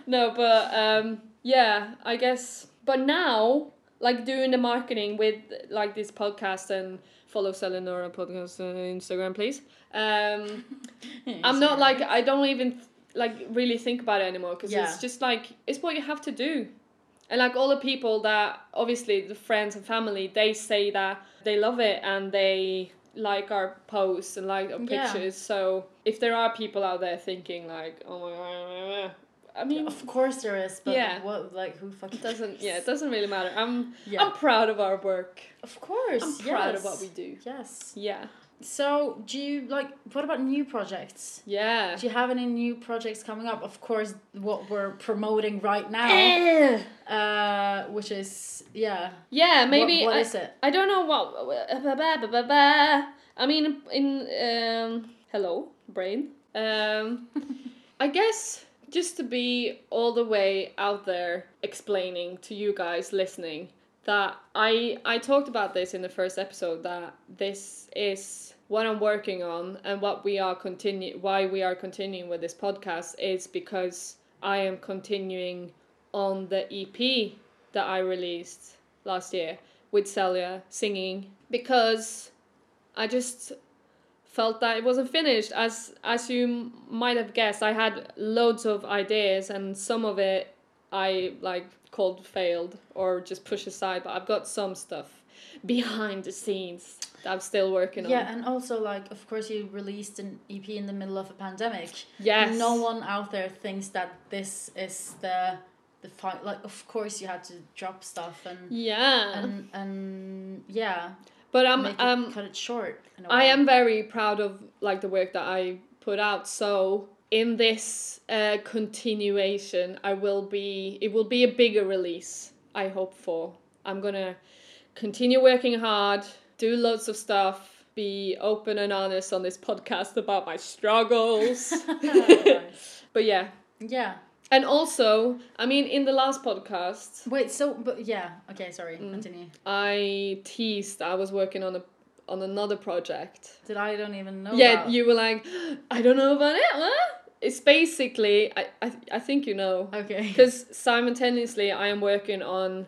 S1: no, but um, yeah, I guess. But now, like doing the marketing with like this podcast and follow Selenora podcast on Instagram, please. Um, I'm not like I don't even like really think about it anymore because
S2: Yeah.
S1: it's just like it's what you have to do, and like all the people that obviously the friends and family they say that they love it and they like our posts and like our
S2: Yeah.
S1: pictures. So if there are people out there thinking like oh my god, I mean
S2: Of course there is, but
S1: Yeah.
S2: what like who fucking
S1: it doesn't
S2: cares?
S1: yeah it doesn't really matter. I'm
S2: Yeah.
S1: I'm proud of our work.
S2: of course.
S1: I'm proud of
S2: yes.
S1: what we do.
S2: Yes.
S1: Yeah
S2: So do you like what about new projects?
S1: yeah.
S2: Do you have any new projects coming up? Of course, what we're promoting right
S1: Eh.
S2: now, uh, which is yeah.
S1: Yeah, maybe
S2: what, what
S1: I-
S2: is it?
S1: I don't know what. I mean, in um, hello brain. Um, I guess just to be all the way out there explaining to you guys listening that I I talked about this in the first episode that this is what I'm working on and what we are continue why we are continuing with this podcast is because I am continuing on the EP that I released last year with Celia singing because I just felt that it wasn't finished as as you m- might have guessed I had loads of ideas and some of it I like called failed or just push aside, but I've got some stuff behind the scenes that I'm still working
S2: Yeah,
S1: on.
S2: and also like of course you released an EP in the middle of a pandemic.
S1: Yes.
S2: No one out there thinks that this is the the fight. Like of course you had to drop stuff and
S1: Yeah.
S2: and and yeah,
S1: but I'm
S2: make it-
S1: um
S2: cut it short. In a
S1: I
S2: way.
S1: am very proud of like the work that I put out. So in this uh, continuation, I will be. It will be a bigger release. I hope for. I'm gonna continue working hard, do loads of stuff, be open and honest on this podcast about my struggles.
S2: Nice.
S1: but yeah,
S2: yeah.
S1: and also, I mean, in the last podcast,
S2: Wait. So, but yeah. Okay. Sorry.
S1: Mm.
S2: Continue.
S1: I teased I was working on a on another project.
S2: That I don't even know.
S1: yeah,
S2: about.
S1: you were like, I don't know about it. Huh? It's basically, I, I, I think you know.
S2: Okay.
S1: Because simultaneously, I am working on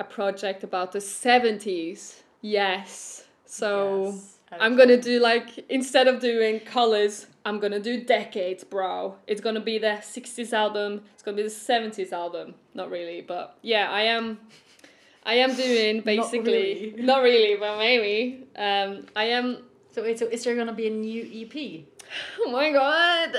S1: a project about the 70s. Yes. So
S2: Yes,
S1: I'm
S2: okay.
S1: going to do like, instead of doing colors, I'm going to do decades, bro. It's going to be the 60s album. It's going to be the 70s album. Not really, but yeah, I am. I am doing basically
S2: really.
S1: not really, but maybe. Um, I am
S2: So wait. So is there gonna be a new E EP?
S1: Oh my god.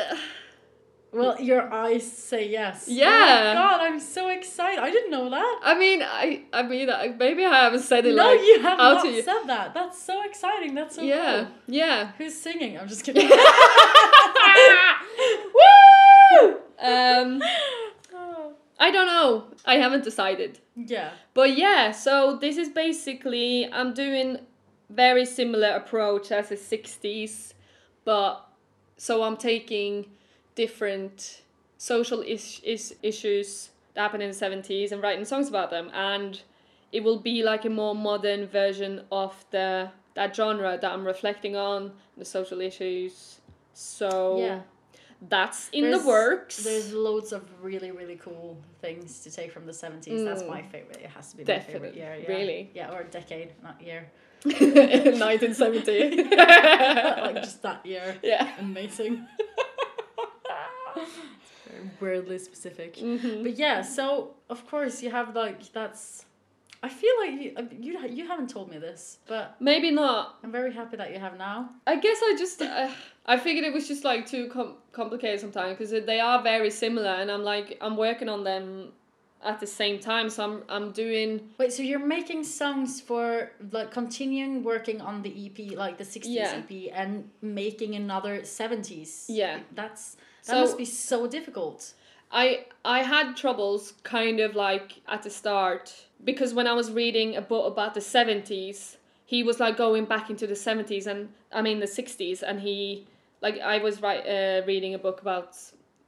S2: Well, your eyes say yes.
S1: Yeah.
S2: Oh my god, I'm so excited. I didn't know that.
S1: I mean, I I mean, I- maybe I haven't said it
S2: no,
S1: like
S2: you have
S1: out
S2: not
S1: to you.
S2: said that. That's so exciting. That's so
S1: yeah,
S2: cool.
S1: yeah.
S2: Who's singing? I'm just kidding.
S1: Woo! Um,
S2: Oh,
S1: I don't know. I haven't decided.
S2: yeah.
S1: But yeah, so this is basically I'm doing very similar approach as the 60s, but so I'm taking different social is- is- issues that happened in the 70s and writing songs about them and it will be like a more modern version of the that genre that I'm reflecting on the social issues. So
S2: yeah.
S1: that's in
S2: There's-
S1: the works.
S2: There's loads of really, really cool things to take from the 70s. That's
S1: Mm.
S2: my favorite. It has to be my favorite
S1: Definitely.
S2: year. Yeah.
S1: Really?
S2: Yeah, or decade, not year.
S1: 1970.
S2: like just that year.
S1: yeah.
S2: Amazing. Very Weirdly specific.
S1: Mhm.
S2: But yeah, so of course you have like that's. I feel like you uh, you ha- you haven't told me this, but
S1: Maybe not.
S2: I'm very happy that you have now.
S1: I guess I just uh, I figured it was just like too com- complicated sometimes because they are very similar, and I'm like I'm working on them at the same time, so I'm I'm doing
S2: Wait, so you're making songs for like continuing working on the EP, like the sixties
S1: Yeah.
S2: EP, and making another seventies.
S1: Yeah.
S2: that's that
S1: So-
S2: must be so difficult.
S1: I I had troubles kind of like at the start because when I was reading a book about the 70s, he was like going back into the 70s and I mean the 60s and he like I was right uh, reading a book about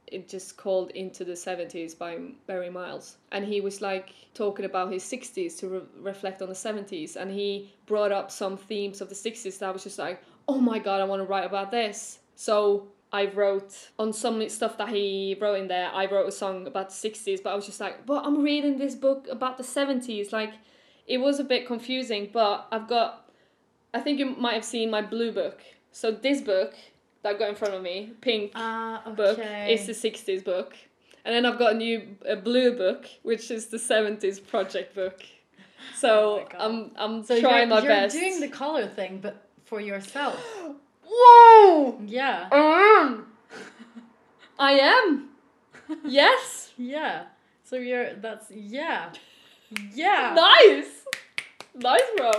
S1: it just called Into the 70s by Barry Miles and he was like talking about his 60s to re- reflect on the 70s and he brought up some themes of the 60s that I was just like oh my god I want to write about this so I wrote on some stuff that he wrote in there I wrote a song about the 60s but I was just like but I'm reading this book about the 70s like it was a bit confusing but I've got I think you might have seen my blue book. So this book that I've got in front of me, pink
S2: Ah,
S1: book,
S2: okay.
S1: is the sixties book, and then I've got a new a blue book, which is the seventies project book.
S2: Oh
S1: So
S2: my God.
S1: I'm I'm
S2: so
S1: trying
S2: you're,
S1: my
S2: you're
S1: best.
S2: doing the color thing, but for yourself.
S1: Whoa!
S2: Yeah,
S1: I am. I am. Yes.
S2: yeah. So you're that's yeah, yeah.
S1: Nice. Nice, bro.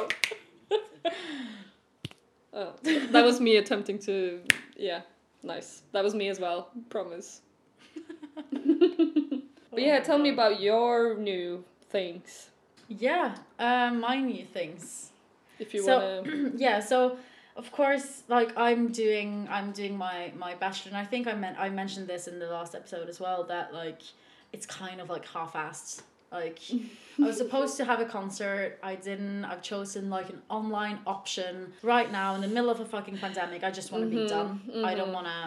S1: oh, that was me attempting to. Yeah, nice. That was me as well. Promise. But yeah, tell me about your new things,
S2: yeah. Uh, my new things.
S1: if you
S2: so
S1: wanna.
S2: yeah so of course like i'm doing i'm doing my my bachelor and i think i meant i mentioned this in the last episode as well that like it's kind of like half-assed Like I was supposed to have a concert, I didn't. I've chosen like an online option right now in the middle of a fucking pandemic. I just want to be done. I don't want to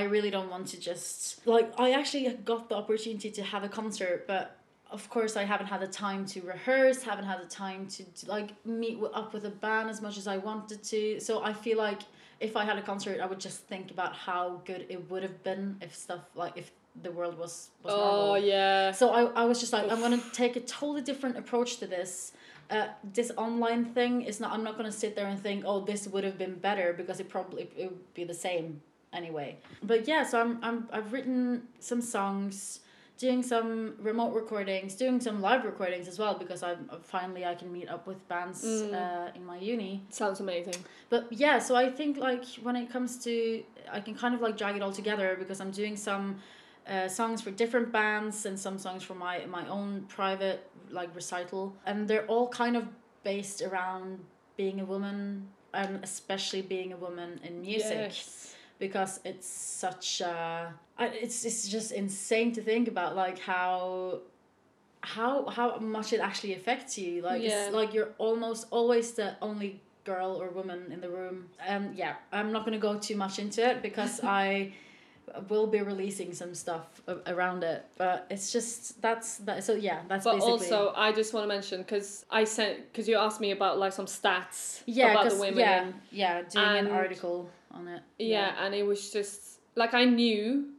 S2: I really don't want to just like I actually got the opportunity to have a concert, but of course I haven't had the time to rehearse, haven't had the time to, to, like meet w- up with a band as much as I wanted to. So I feel like if I had a concert, I would just think about how good it would have been if stuff like if the world was was normal.
S1: Oh yeah.
S2: So I, I was just like, I'm
S1: Oof.
S2: gonna take a totally different approach to this. Uh, this online thing is not. I'm not gonna sit there and think, oh, this would have been better because it probably it would be the same anyway. But yeah, so I'm I'm I've written some songs, doing some remote recordings, doing some live recordings as well because I'm finally I can meet up with bands
S1: Mm.
S2: uh, in my uni.
S1: Sounds amazing.
S2: But yeah, so I think like when it comes to, I can kind of like drag it all together because I'm doing some uh, songs for different bands and some songs for my my own private like recital, and they're all kind of based around being a woman and especially being a woman in music
S1: Yes.
S2: because it's such a I- it's it's just insane to think about like how how how much it actually affects you like
S1: Yeah.
S2: it's like you're almost always the only girl or woman in the room um yeah i'm not going to go too much into it because i will be releasing some stuff a- around it but it's just that's that so yeah that's
S1: But
S2: basically
S1: also, I just want to mention because I sent because you asked me about like some stats
S2: yeah
S1: about
S2: 'cause-
S1: the women.
S2: yeah yeah doing an
S1: And-
S2: article on it
S1: Yeah, and it was just like I knew,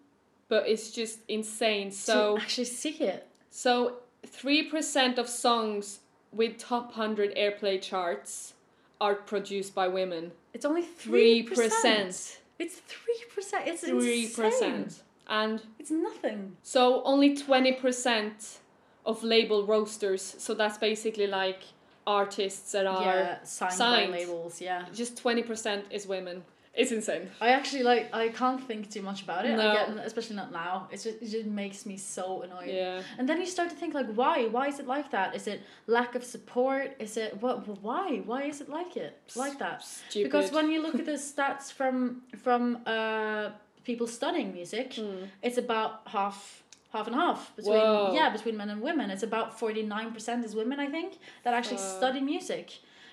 S1: but it's just insane. So
S2: to actually see it
S1: so three percent of songs with top hundred airplay charts are produced by women.
S2: It's only
S1: Three
S2: three percent.
S1: percent.
S2: It's three percent. It's
S1: Three percent. And
S2: It's nothing.
S1: so only twenty percent of label roasters. So that's basically like artists that are
S2: yeah, signed,
S1: signed.
S2: by labels. Yeah,
S1: just twenty percent is women. It's insane.
S2: I actually like. I can't think too much about it.
S1: No.
S2: I get, especially not now. It's just, it just makes me so annoyed.
S1: Yeah.
S2: And then you start to think like, why? Why is it like that? Is it lack of support? Is it what? Why? Why is it like it? Like that?
S1: Stupid.
S2: Because when you look at the stats from from uh, people studying music,
S1: Mm.
S2: it's about half half and half between
S1: Whoa.
S2: yeah between men and women it's about 49% is women i think that actually
S1: Fuck.
S2: study music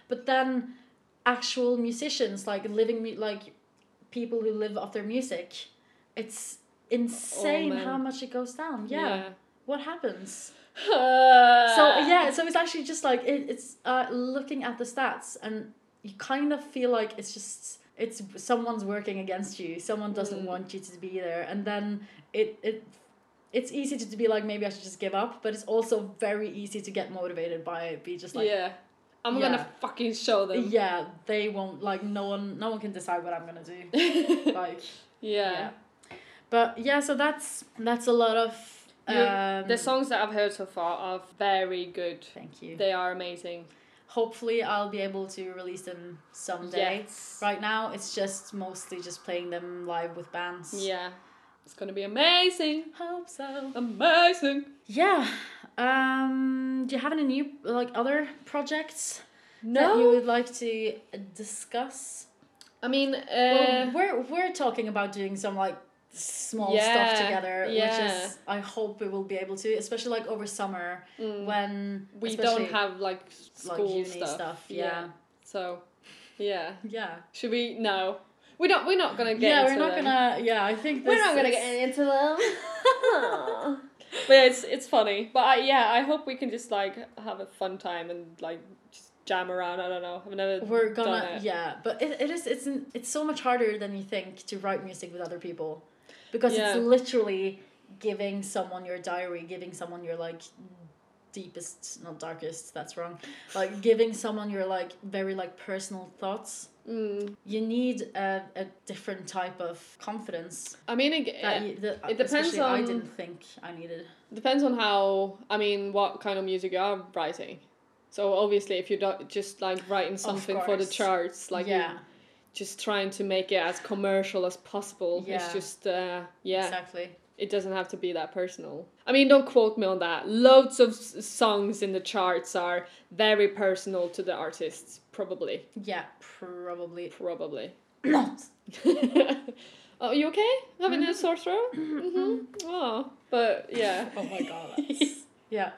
S2: but then actual musicians like living mu- like people who live off their music it's insane
S1: men.
S2: how much it goes down yeah, what happens
S1: Yeah.
S2: so yeah so it's actually just like it, it's uh, looking at the stats and you kind of feel like it's just it's someone's working against you someone doesn't
S1: Mm.
S2: want you to be there and then it it it's easy to be like maybe i should just give up but it's also very easy to get motivated by it be just like
S1: yeah. I'm
S2: Yeah.
S1: gonna fucking show them.
S2: yeah they won't like no one no one can decide what i'm gonna do
S1: yeah.
S2: like yeah but yeah so that's that's a lot of
S1: You-
S2: um,
S1: The songs that I've heard so far are very good.
S2: thank you
S1: They are amazing.
S2: hopefully i'll be able to release them someday
S1: Yes.
S2: Right now, it's just mostly just playing them live with bands.
S1: Yeah. It's gonna be amazing.
S2: Hope so.
S1: Amazing.
S2: Yeah. Um, do you have any new like other projects that you
S1: No.
S2: would like to discuss?
S1: I mean, uh,
S2: well, we're we're talking about doing some like small
S1: Yeah,
S2: stuff together,
S1: yeah.
S2: which is I hope we will be able to, especially like over summer
S1: mm,
S2: when
S1: we
S2: especially,
S1: don't have like
S2: like
S1: school
S2: uni
S1: stuff.
S2: stuff. Yeah.
S1: So, yeah.
S2: Yeah.
S1: Should we? No. We don't. We're not gonna get.
S2: yeah, we're
S1: into
S2: not
S1: them.
S2: gonna. Yeah, I think this is-
S1: into them. but yeah, it's it's funny. But I, yeah, I hope we can just like have a fun time and like just jam around. I don't know. I've never.
S2: we're
S1: done
S2: gonna
S1: it.
S2: yeah but it, it is it's an- it's so much harder than you think to write music with other people because
S1: Yeah.
S2: it's literally giving someone your diary giving someone your like deepest not darkest that's wrong like giving someone your like very like personal thoughts
S1: Mm.
S2: you need a, a different type of confidence
S1: I mean, it,
S2: that
S1: it
S2: you, that
S1: it depends
S2: especially i
S1: on-
S2: didn't think i needed
S1: depends on how. I mean, what kind of music you are writing. So obviously, if you're not just like writing something for the
S2: course.
S1: charts, like you're
S2: yeah
S1: just trying to make it as commercial as possible, it's
S2: Yeah.
S1: just uh, yeah.
S2: exactly
S1: it doesn't have to be that personal. I mean, don't quote me on that. Loads of s- songs in the charts are very personal to the artists, probably.
S2: yeah probably
S1: Probably.
S2: not
S1: oh, you Mm-hmm. okay? Having a sore throat? hmm Oh, but yeah.
S2: oh my god that's- Yeah.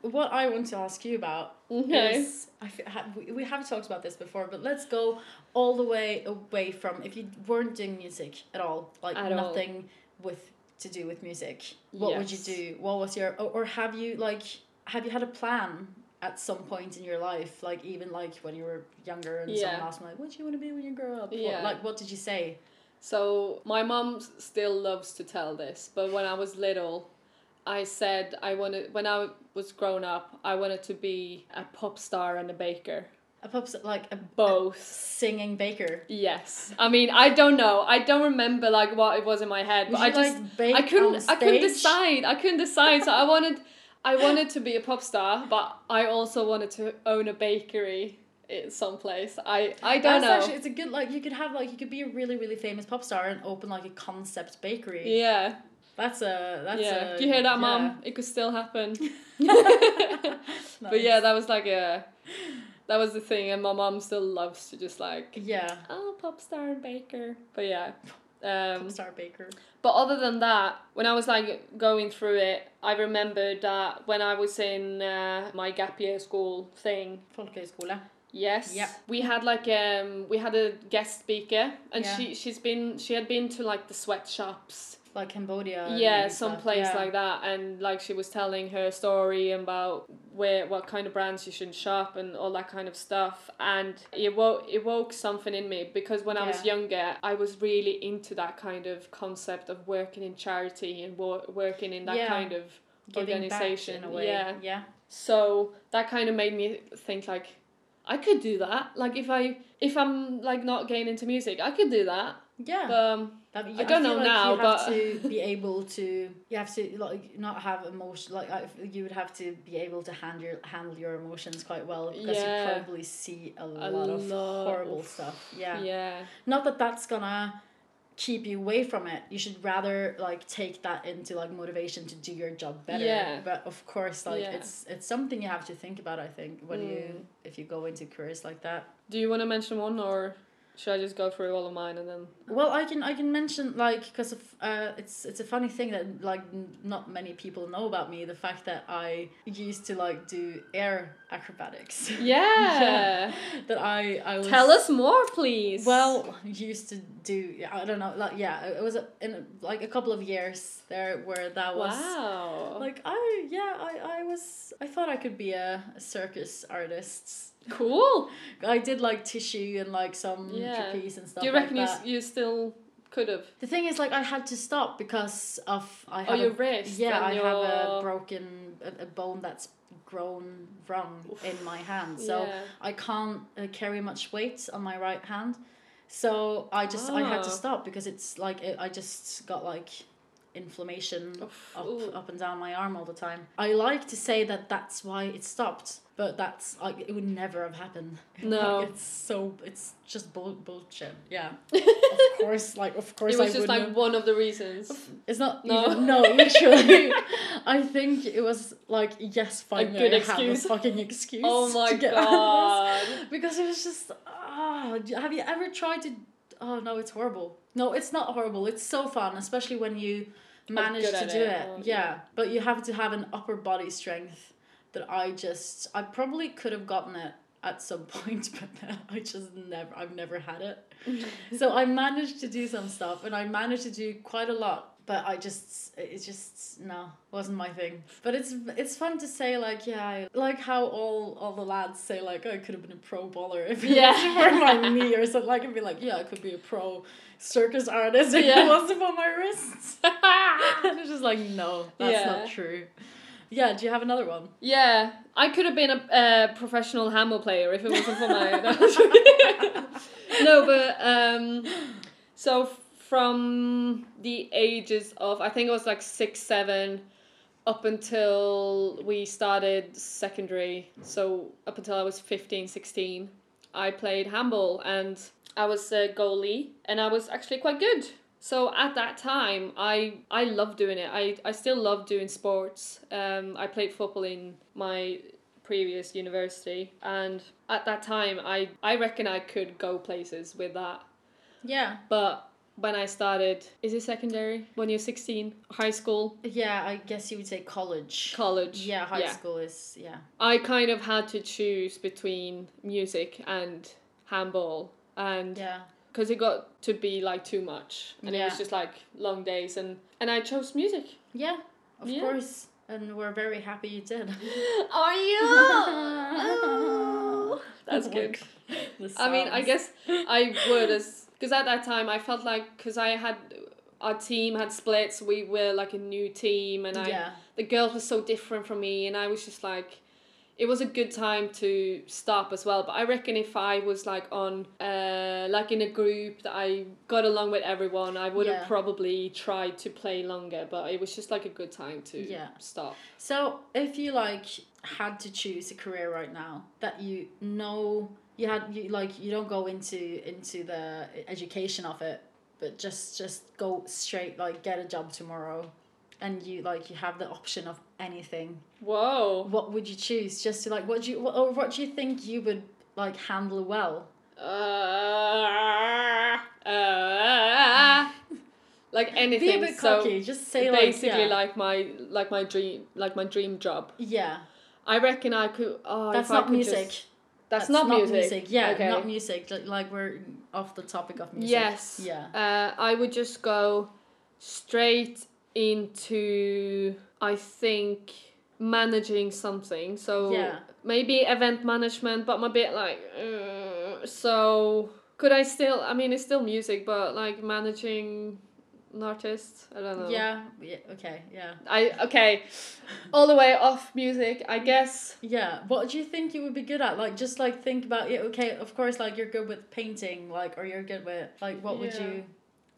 S2: What I want to ask you about
S1: Okay.
S2: is I f- ha- we- we have talked about this before, but let's go all the way away from if you weren't doing music at all, like
S1: At all.
S2: nothing with to do with music. What would you
S1: Yes.
S2: do? What was your or, or have you like have you had a plan at some point in your life, like even like when you were younger and
S1: Yeah.
S2: someone asked me like, "What do you want to be when you grow up?" What-
S1: Yeah.
S2: like what did you say?
S1: So my mom s- still loves to tell this, but when I was little, I said I wanted when I was grown up, I wanted to be a pop star and a baker.
S2: A pop s- like a
S1: Both.
S2: singing baker.
S1: Yes. I mean, I don't know. I don't remember like what it was in my head,
S2: Would
S1: but
S2: you,
S1: I just
S2: like, bake
S1: I
S2: on
S1: couldn't I couldn't
S2: stage?
S1: decide. I couldn't decide. so I wanted I wanted to be a pop star, but I also wanted to own a bakery in someplace. I I don't
S2: That's
S1: know.
S2: actually it's a good like you could have like you could be a really really famous pop star and open like a concept bakery.
S1: yeah.
S2: That's a that's
S1: yeah.
S2: a
S1: Do you hear that,
S2: yeah.
S1: mom? It could still happen. But
S2: Nice.
S1: yeah, that was like a that was the thing, and my mom still loves to just like
S2: yeah,
S1: oh pop star and baker. But yeah,
S2: pop
S1: um,
S2: star baker.
S1: but other than that, when I was like going through it, I remembered that when I was in uh, my gap year school thing,
S2: Folkhögskola.
S1: Yes.
S2: Yep.
S1: We had like um we had a guest speaker and
S2: Yeah.
S1: she she's been she had been to like the sweatshops.
S2: Like Cambodia. and
S1: yeah,
S2: stuff.
S1: some place
S2: Yeah.
S1: like that and like she was telling her story about where what kind of brands you should shop and all that kind of stuff and it woke it woke something in me because when I was
S2: Yeah.
S1: younger I was really into that kind of concept of working in charity and wo- working in that
S2: Yeah.
S1: kind of
S2: giving back
S1: organization,
S2: in a way.
S1: yeah.
S2: yeah.
S1: so that kind of made me think like i could do that like if i if i'm like not getting into music i could do that
S2: Yeah.
S1: but um,
S2: That- you-
S1: I don't
S2: feel
S1: know
S2: like
S1: now,
S2: you have
S1: but-
S2: to be able to. You have to like not have emotion. Like I, you would have to be able to hand your, handle your emotions quite well because
S1: Yeah.
S2: you probably see a, lot of
S1: lot
S2: horrible
S1: of-
S2: stuff.
S1: yeah
S2: Yeah.
S1: yeah
S2: Not that that's gonna keep you away from it. You should rather like take that into like motivation to do your job better.
S1: Yeah.
S2: But of course, like
S1: Yeah. Mm.
S2: it's it's something you have to think about. I think when you if you go into careers like that.
S1: do you want to mention one or should i just go through all of mine and then
S2: Well, I can I can mention like because of uh, it's it's a funny thing that like n- not many people know about me the fact that I used to like do air acrobatics
S1: yeah,
S2: that I I was
S1: tell us more please
S2: well used to do I don't know like yeah it was a, in like a couple of years there where that was
S1: wow
S2: like I yeah I I was I thought I could be a, a circus artist
S1: cool
S2: I did like tissue and like some
S1: Yeah.
S2: trapeze and stuff
S1: do you
S2: like
S1: reckon you,
S2: that.
S1: s- you still could have
S2: The thing is, like, I had to stop because of I
S1: oh
S2: had
S1: your
S2: a,
S1: wrist
S2: yeah
S1: and
S2: I
S1: your...
S2: have a broken a, a bone that's grown wrong in my hand, so
S1: Yeah.
S2: I can't uh, carry much weight on my right hand. So I just I had to
S1: Ah.
S2: stop because it's like it, I just got like inflammation
S1: Oof,
S2: up
S1: ooh.
S2: up and down my arm all the time. I like to say that that's why it stopped, but that's like it would never have happened. Like,
S1: No.
S2: it's so it's just bull- bullshit. Yeah, of course, like of course
S1: it was
S2: I
S1: just
S2: would
S1: like one of the reasons
S2: it's not
S1: No.
S2: even no literally. I think it was like yes, finally
S1: good
S2: I have
S1: excuse.
S2: a fucking excuse.
S1: oh my
S2: to get out of
S1: god
S2: this. Because it was just ah, have you ever tried to? Oh no, it's horrible. No, it's not horrible. It's so fun, especially when you manage
S1: good
S2: to
S1: at
S2: do
S1: it.
S2: it.
S1: Oh,
S2: yeah. but you have to have an upper body strength that I just I probably could have gotten it at some point, but I just never I've never had it so I managed to do some stuff, and I managed to do quite a lot. But I just, it's just no, wasn't my thing. But it's it's fun to say like yeah, I, like how all all the lads say like "Oh, I could have been a pro bowler if it
S1: Yeah.
S2: wasn't for my knee or something. I could be like yeah, I could be a pro circus artist if
S1: Yeah.
S2: it wasn't for my wrists. and it's just like no, that's
S1: Yeah.
S2: not true. Yeah, do you have another one?
S1: Yeah, I could have been a uh, professional hammer player if it wasn't for my. no, but um, so from the ages of I think it was like six, seven, up until we started secondary. So up until I was 15, 16, I played handball and I was a goalie and I was actually quite good. So at that time, I I love doing it. I, I still love doing sports. Um, I played football in my previous university, and at that time, I I reckon I could go places with that.
S2: Yeah,
S1: But when I started. Is it secondary? When you're 16? High school?
S2: Yeah, I guess you would say college.
S1: College?
S2: yeah, high school is yeah.
S1: I kind of had to choose between music and handball. And
S2: Yeah.
S1: because it got to be like too much and it
S2: Yeah.
S1: was just like long days and and i chose music
S2: Yeah, of
S1: Yeah.
S2: course. And we're very happy you did.
S1: are you
S2: Oh,
S1: that's good
S2: The
S1: i mean i
S2: sounds.
S1: guess i would as because at that time i felt like because i had our team had splits we were like a new team and i
S2: yeah.
S1: the girls were so different from me and i was just like it was a good time to stop as well but i reckon if i was like on uh like in a group that i got along with everyone i would have
S2: Yeah.
S1: probably tried to play longer but it was just like a good time to
S2: Yeah.
S1: stop
S2: So if you like had to choose a career right now that you know you had you like you don't go into into the education of it, but just just go straight like get a job tomorrow, and you like you have the option of anything.
S1: whoa
S2: What would you choose? Just to like what do you what, or what do you think you would like handle well?
S1: uh, uh, like anything
S2: Be a bit
S1: so
S2: cocky. just say like
S1: basically
S2: yeah.
S1: like my like my dream like my dream job
S2: yeah.
S1: i reckon i could oh
S2: That's
S1: if I
S2: not
S1: could
S2: music.
S1: just, that's, not, music,
S2: Yeah,
S1: okay.
S2: not music. Like, like we're off the topic of music.
S1: Yes.
S2: Yeah.
S1: Uh, I would just go straight into, I think, managing something. So
S2: Yeah.
S1: maybe event management, but I'm a bit like, uh, so could I still, I mean, it's still music, but like managing an artist? I don't know.
S2: Yeah. Yeah. Okay. Yeah.
S1: I, okay, all the way off music, I guess.
S2: Yeah. What do you think you would be good at? Like, just like think about it. Okay, of course, like you're good with painting, like, or you're good with like, what would
S1: Yeah.
S2: you?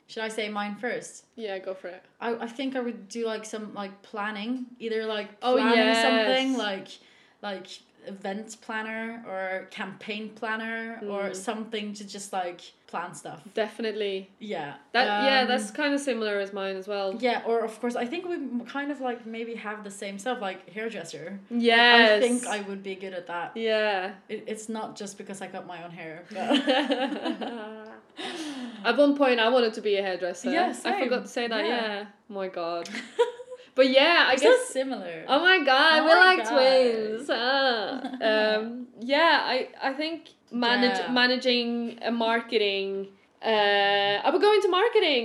S2: Should I say mine first?
S1: Yeah, go for it.
S2: I, I think I would do like some like planning, either like
S1: Oh,
S2: planning something
S1: yes.
S2: like like event planner or campaign planner or
S1: Mm.
S2: something to just like plan stuff.
S1: Definitely.
S2: Yeah.
S1: That, yeah,
S2: Um,
S1: that's kind of similar as mine as well.
S2: Yeah, or of course, I think we m- kind of like maybe have the same stuff, like hairdresser.
S1: Yes.
S2: I think I would be good at that.
S1: Yeah.
S2: It, it's not just because I cut my own hair. But
S1: At one point, I wanted to be a hairdresser.
S2: Yeah,
S1: I
S2: same.
S1: forgot to say that.
S2: Yeah.
S1: Yeah. Oh my God. But yeah, I
S2: We're so
S1: guess.
S2: similar.
S1: Oh my God,
S2: Oh
S1: we're
S2: my
S1: like
S2: God.
S1: twins. Ah. um, yeah, I I think manage
S2: Yeah.
S1: managing a marketing. Uh, I would go into marketing.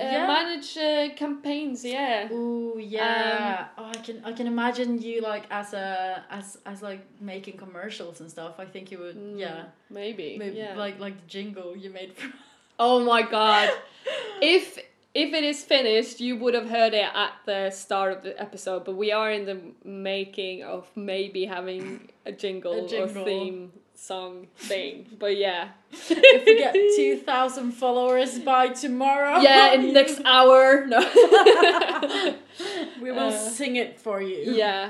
S1: Uh,
S2: Yeah.
S1: Manage uh, campaigns. Yeah.
S2: Ooh yeah. oh, I can I can imagine you like as a as as like making commercials and stuff. I think you would
S1: Mm,
S2: yeah.
S1: Maybe.
S2: Maybe
S1: yeah.
S2: like like the jingle you made for
S1: Oh my God. if if it is finished, you would have heard it at the start of the episode. But we are in the making of maybe having a jingle,
S2: A jingle.
S1: or theme song thing. But yeah,
S2: if we get two thousand followers by tomorrow.
S1: yeah, in the next hour, no.
S2: we will
S1: Uh,
S2: sing it for you.
S1: yeah,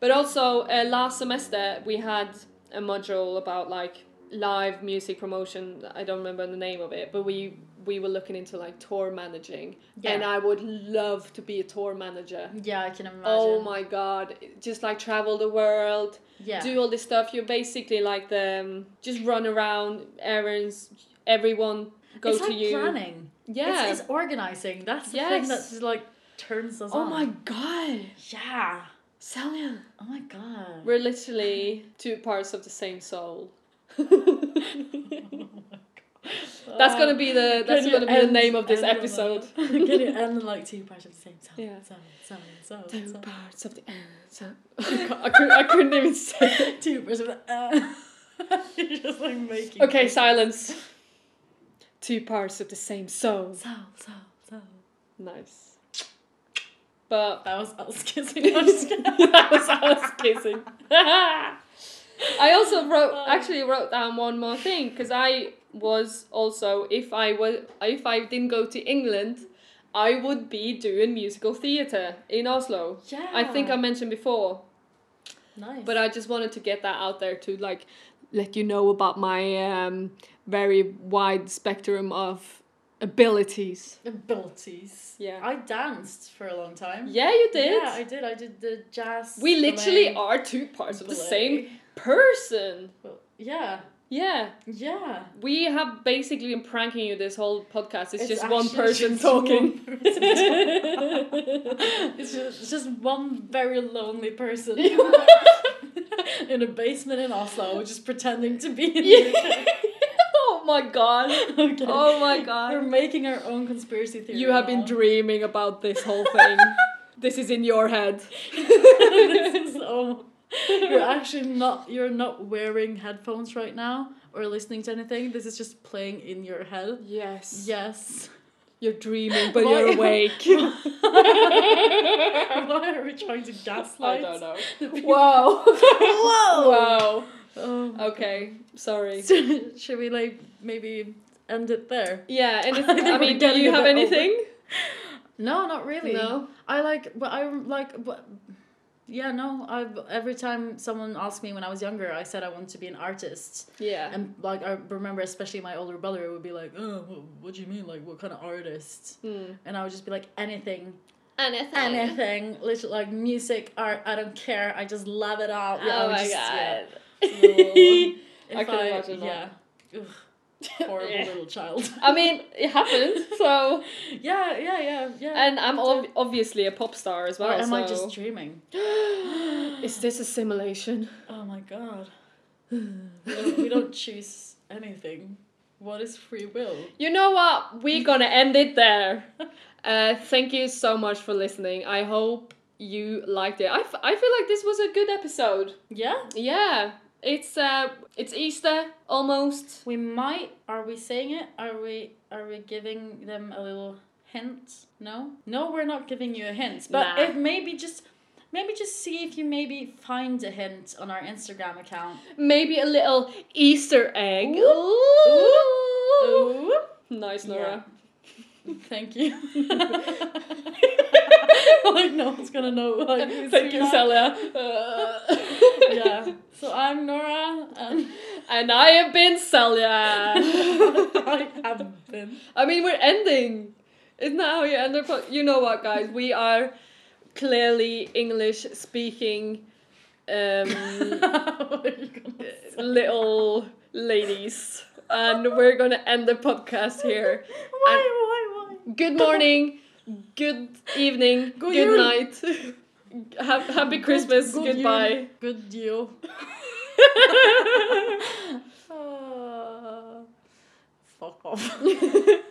S1: but also uh, last semester we had a module about like live music promotion. I don't remember the name of it, but we we were looking into like tour managing,
S2: Yeah.
S1: and I would love to be a tour manager.
S2: Yeah, I can imagine.
S1: Oh my god! Just like travel the world,
S2: Yeah.
S1: do all this stuff. You're basically like the um, just run around errands. Everyone go
S2: it's
S1: to
S2: like
S1: you.
S2: planning.
S1: Yeah.
S2: It's, it's organizing. That's the thing that
S1: Yes.
S2: just like turns us
S1: oh
S2: on.
S1: my god,
S2: Yeah.
S1: Celia!
S2: Oh my god.
S1: We're literally two parts of the same soul.
S2: Oh
S1: that's gonna be the that's
S2: Can you
S1: gonna be the
S2: end-
S1: name of this
S2: end on
S1: episode.
S2: that? Can you end on, like two parts of the same song?
S1: Yeah.
S2: Song, song, song,
S1: Two
S2: song.
S1: parts of the soul. I couldn't, I couldn't even say.
S2: Two parts of the. Uh, you're just like making.
S1: Okay,
S2: it.
S1: silence. Two parts of the same soul.
S2: So, so, so.
S1: Nice. But
S2: That was us kissing. I'm just kidding.
S1: that was us kissing. I also wrote actually wrote down one more thing because I was also if I was if I didn't go to England, I would be doing musical theatre in Oslo.
S2: Yeah.
S1: I think I mentioned before,
S2: Nice.
S1: but I just wanted to get that out there to like let you know about my um, very wide spectrum of abilities.
S2: Abilities.
S1: Yeah.
S2: I danced for a long time.
S1: Yeah, you did.
S2: Yeah, I did. I did the jazz.
S1: we literally
S2: ballet,
S1: are two parts of the
S2: ballet.
S1: same person.
S2: Well, yeah,
S1: Yeah,
S2: Yeah.
S1: we have basically been pranking you this whole podcast. It's, just one
S2: actually
S1: person
S2: just
S1: talking.
S2: one person talking. it's just, it's just one very lonely person in a basement in Oslo, just pretending to be in the
S1: Yeah. oh my god.
S2: UK. okay.
S1: Oh my
S2: We're
S1: god.
S2: making our own conspiracy theory.
S1: You have been
S2: now.
S1: dreaming about this whole thing. this is in your head.
S2: This is- oh. You're actually not. You're not wearing headphones right now or listening to anything. This is just playing in your head.
S1: Yes.
S2: Yes.
S1: You're dreaming, but
S2: Why-
S1: you're awake.
S2: Why are we trying to gaslight?
S1: know.
S2: the people?
S1: Wow.
S2: Whoa.
S1: wow.
S2: Oh my
S1: Okay. Sorry.
S2: So, should we like maybe end it there?
S1: Yeah. And
S2: I think
S1: I
S2: we're
S1: mean, do
S2: getting
S1: you
S2: a
S1: have
S2: bit
S1: anything?
S2: No, not really.
S1: No.
S2: I like, but I like, but yeah, no. I every time someone asked me when I was younger, I said I wanted to be an artist,
S1: Yeah.
S2: and like I remember, especially my older brother would be like, "Oh, wh- what do you mean? Like, what kind of artist?"
S1: Mm.
S2: And I would just be like, "Anything,
S1: Anything.
S2: anything, literally like music, art. I don't care. I just love it all." Yeah, I
S1: Oh
S2: would
S1: my
S2: just- yeah.
S1: god.
S2: If
S1: I can imagine
S2: Yeah.
S1: that.
S2: Ugh, horrible
S1: Yeah.
S2: little child.
S1: I mean, it happened. So,
S2: Yeah, yeah, yeah, yeah.
S1: and I'm ob- obviously a pop star as well.
S2: or am I
S1: so-
S2: just dreaming?
S1: Is this a simulation?
S2: Oh my god. we, don't, we don't choose anything. What is free will?
S1: You know what? We're gonna end it there. Uh, thank you so much for listening. I hope you liked it. I, f- I feel like this was a good episode.
S2: Yeah.
S1: Yeah, it's uh, it's Easter almost.
S2: We might. Are we saying it? Are we? Are we giving them a little hint? No. No, we're not giving you a hint. But
S1: Nah.
S2: if maybe just. Maybe just see if you maybe find a hint on our Instagram account.
S1: Maybe a little Easter egg.
S2: Ooh.
S1: Ooh. Nice, Nora.
S2: Thank you. like no one's gonna know. Like, who's
S1: Thank
S2: who
S1: you,
S2: now.
S1: Celia. Uh,
S2: Yeah. So I'm Nora, and
S1: and I have been Celia.
S2: I have been.
S1: I mean, we're ending. Isn't that how you end up? You know what, guys? We are clearly English speaking um,
S2: What are you gonna say?
S1: little ladies. And we're going to end the podcast here.
S2: Why? Why? Why?
S1: Good morning, good evening,
S2: Good
S1: good,
S2: year.
S1: night. Have, happy Christmas.
S2: Good- good
S1: Goodbye.
S2: year. Good deal. Ah. Uh, fuck off.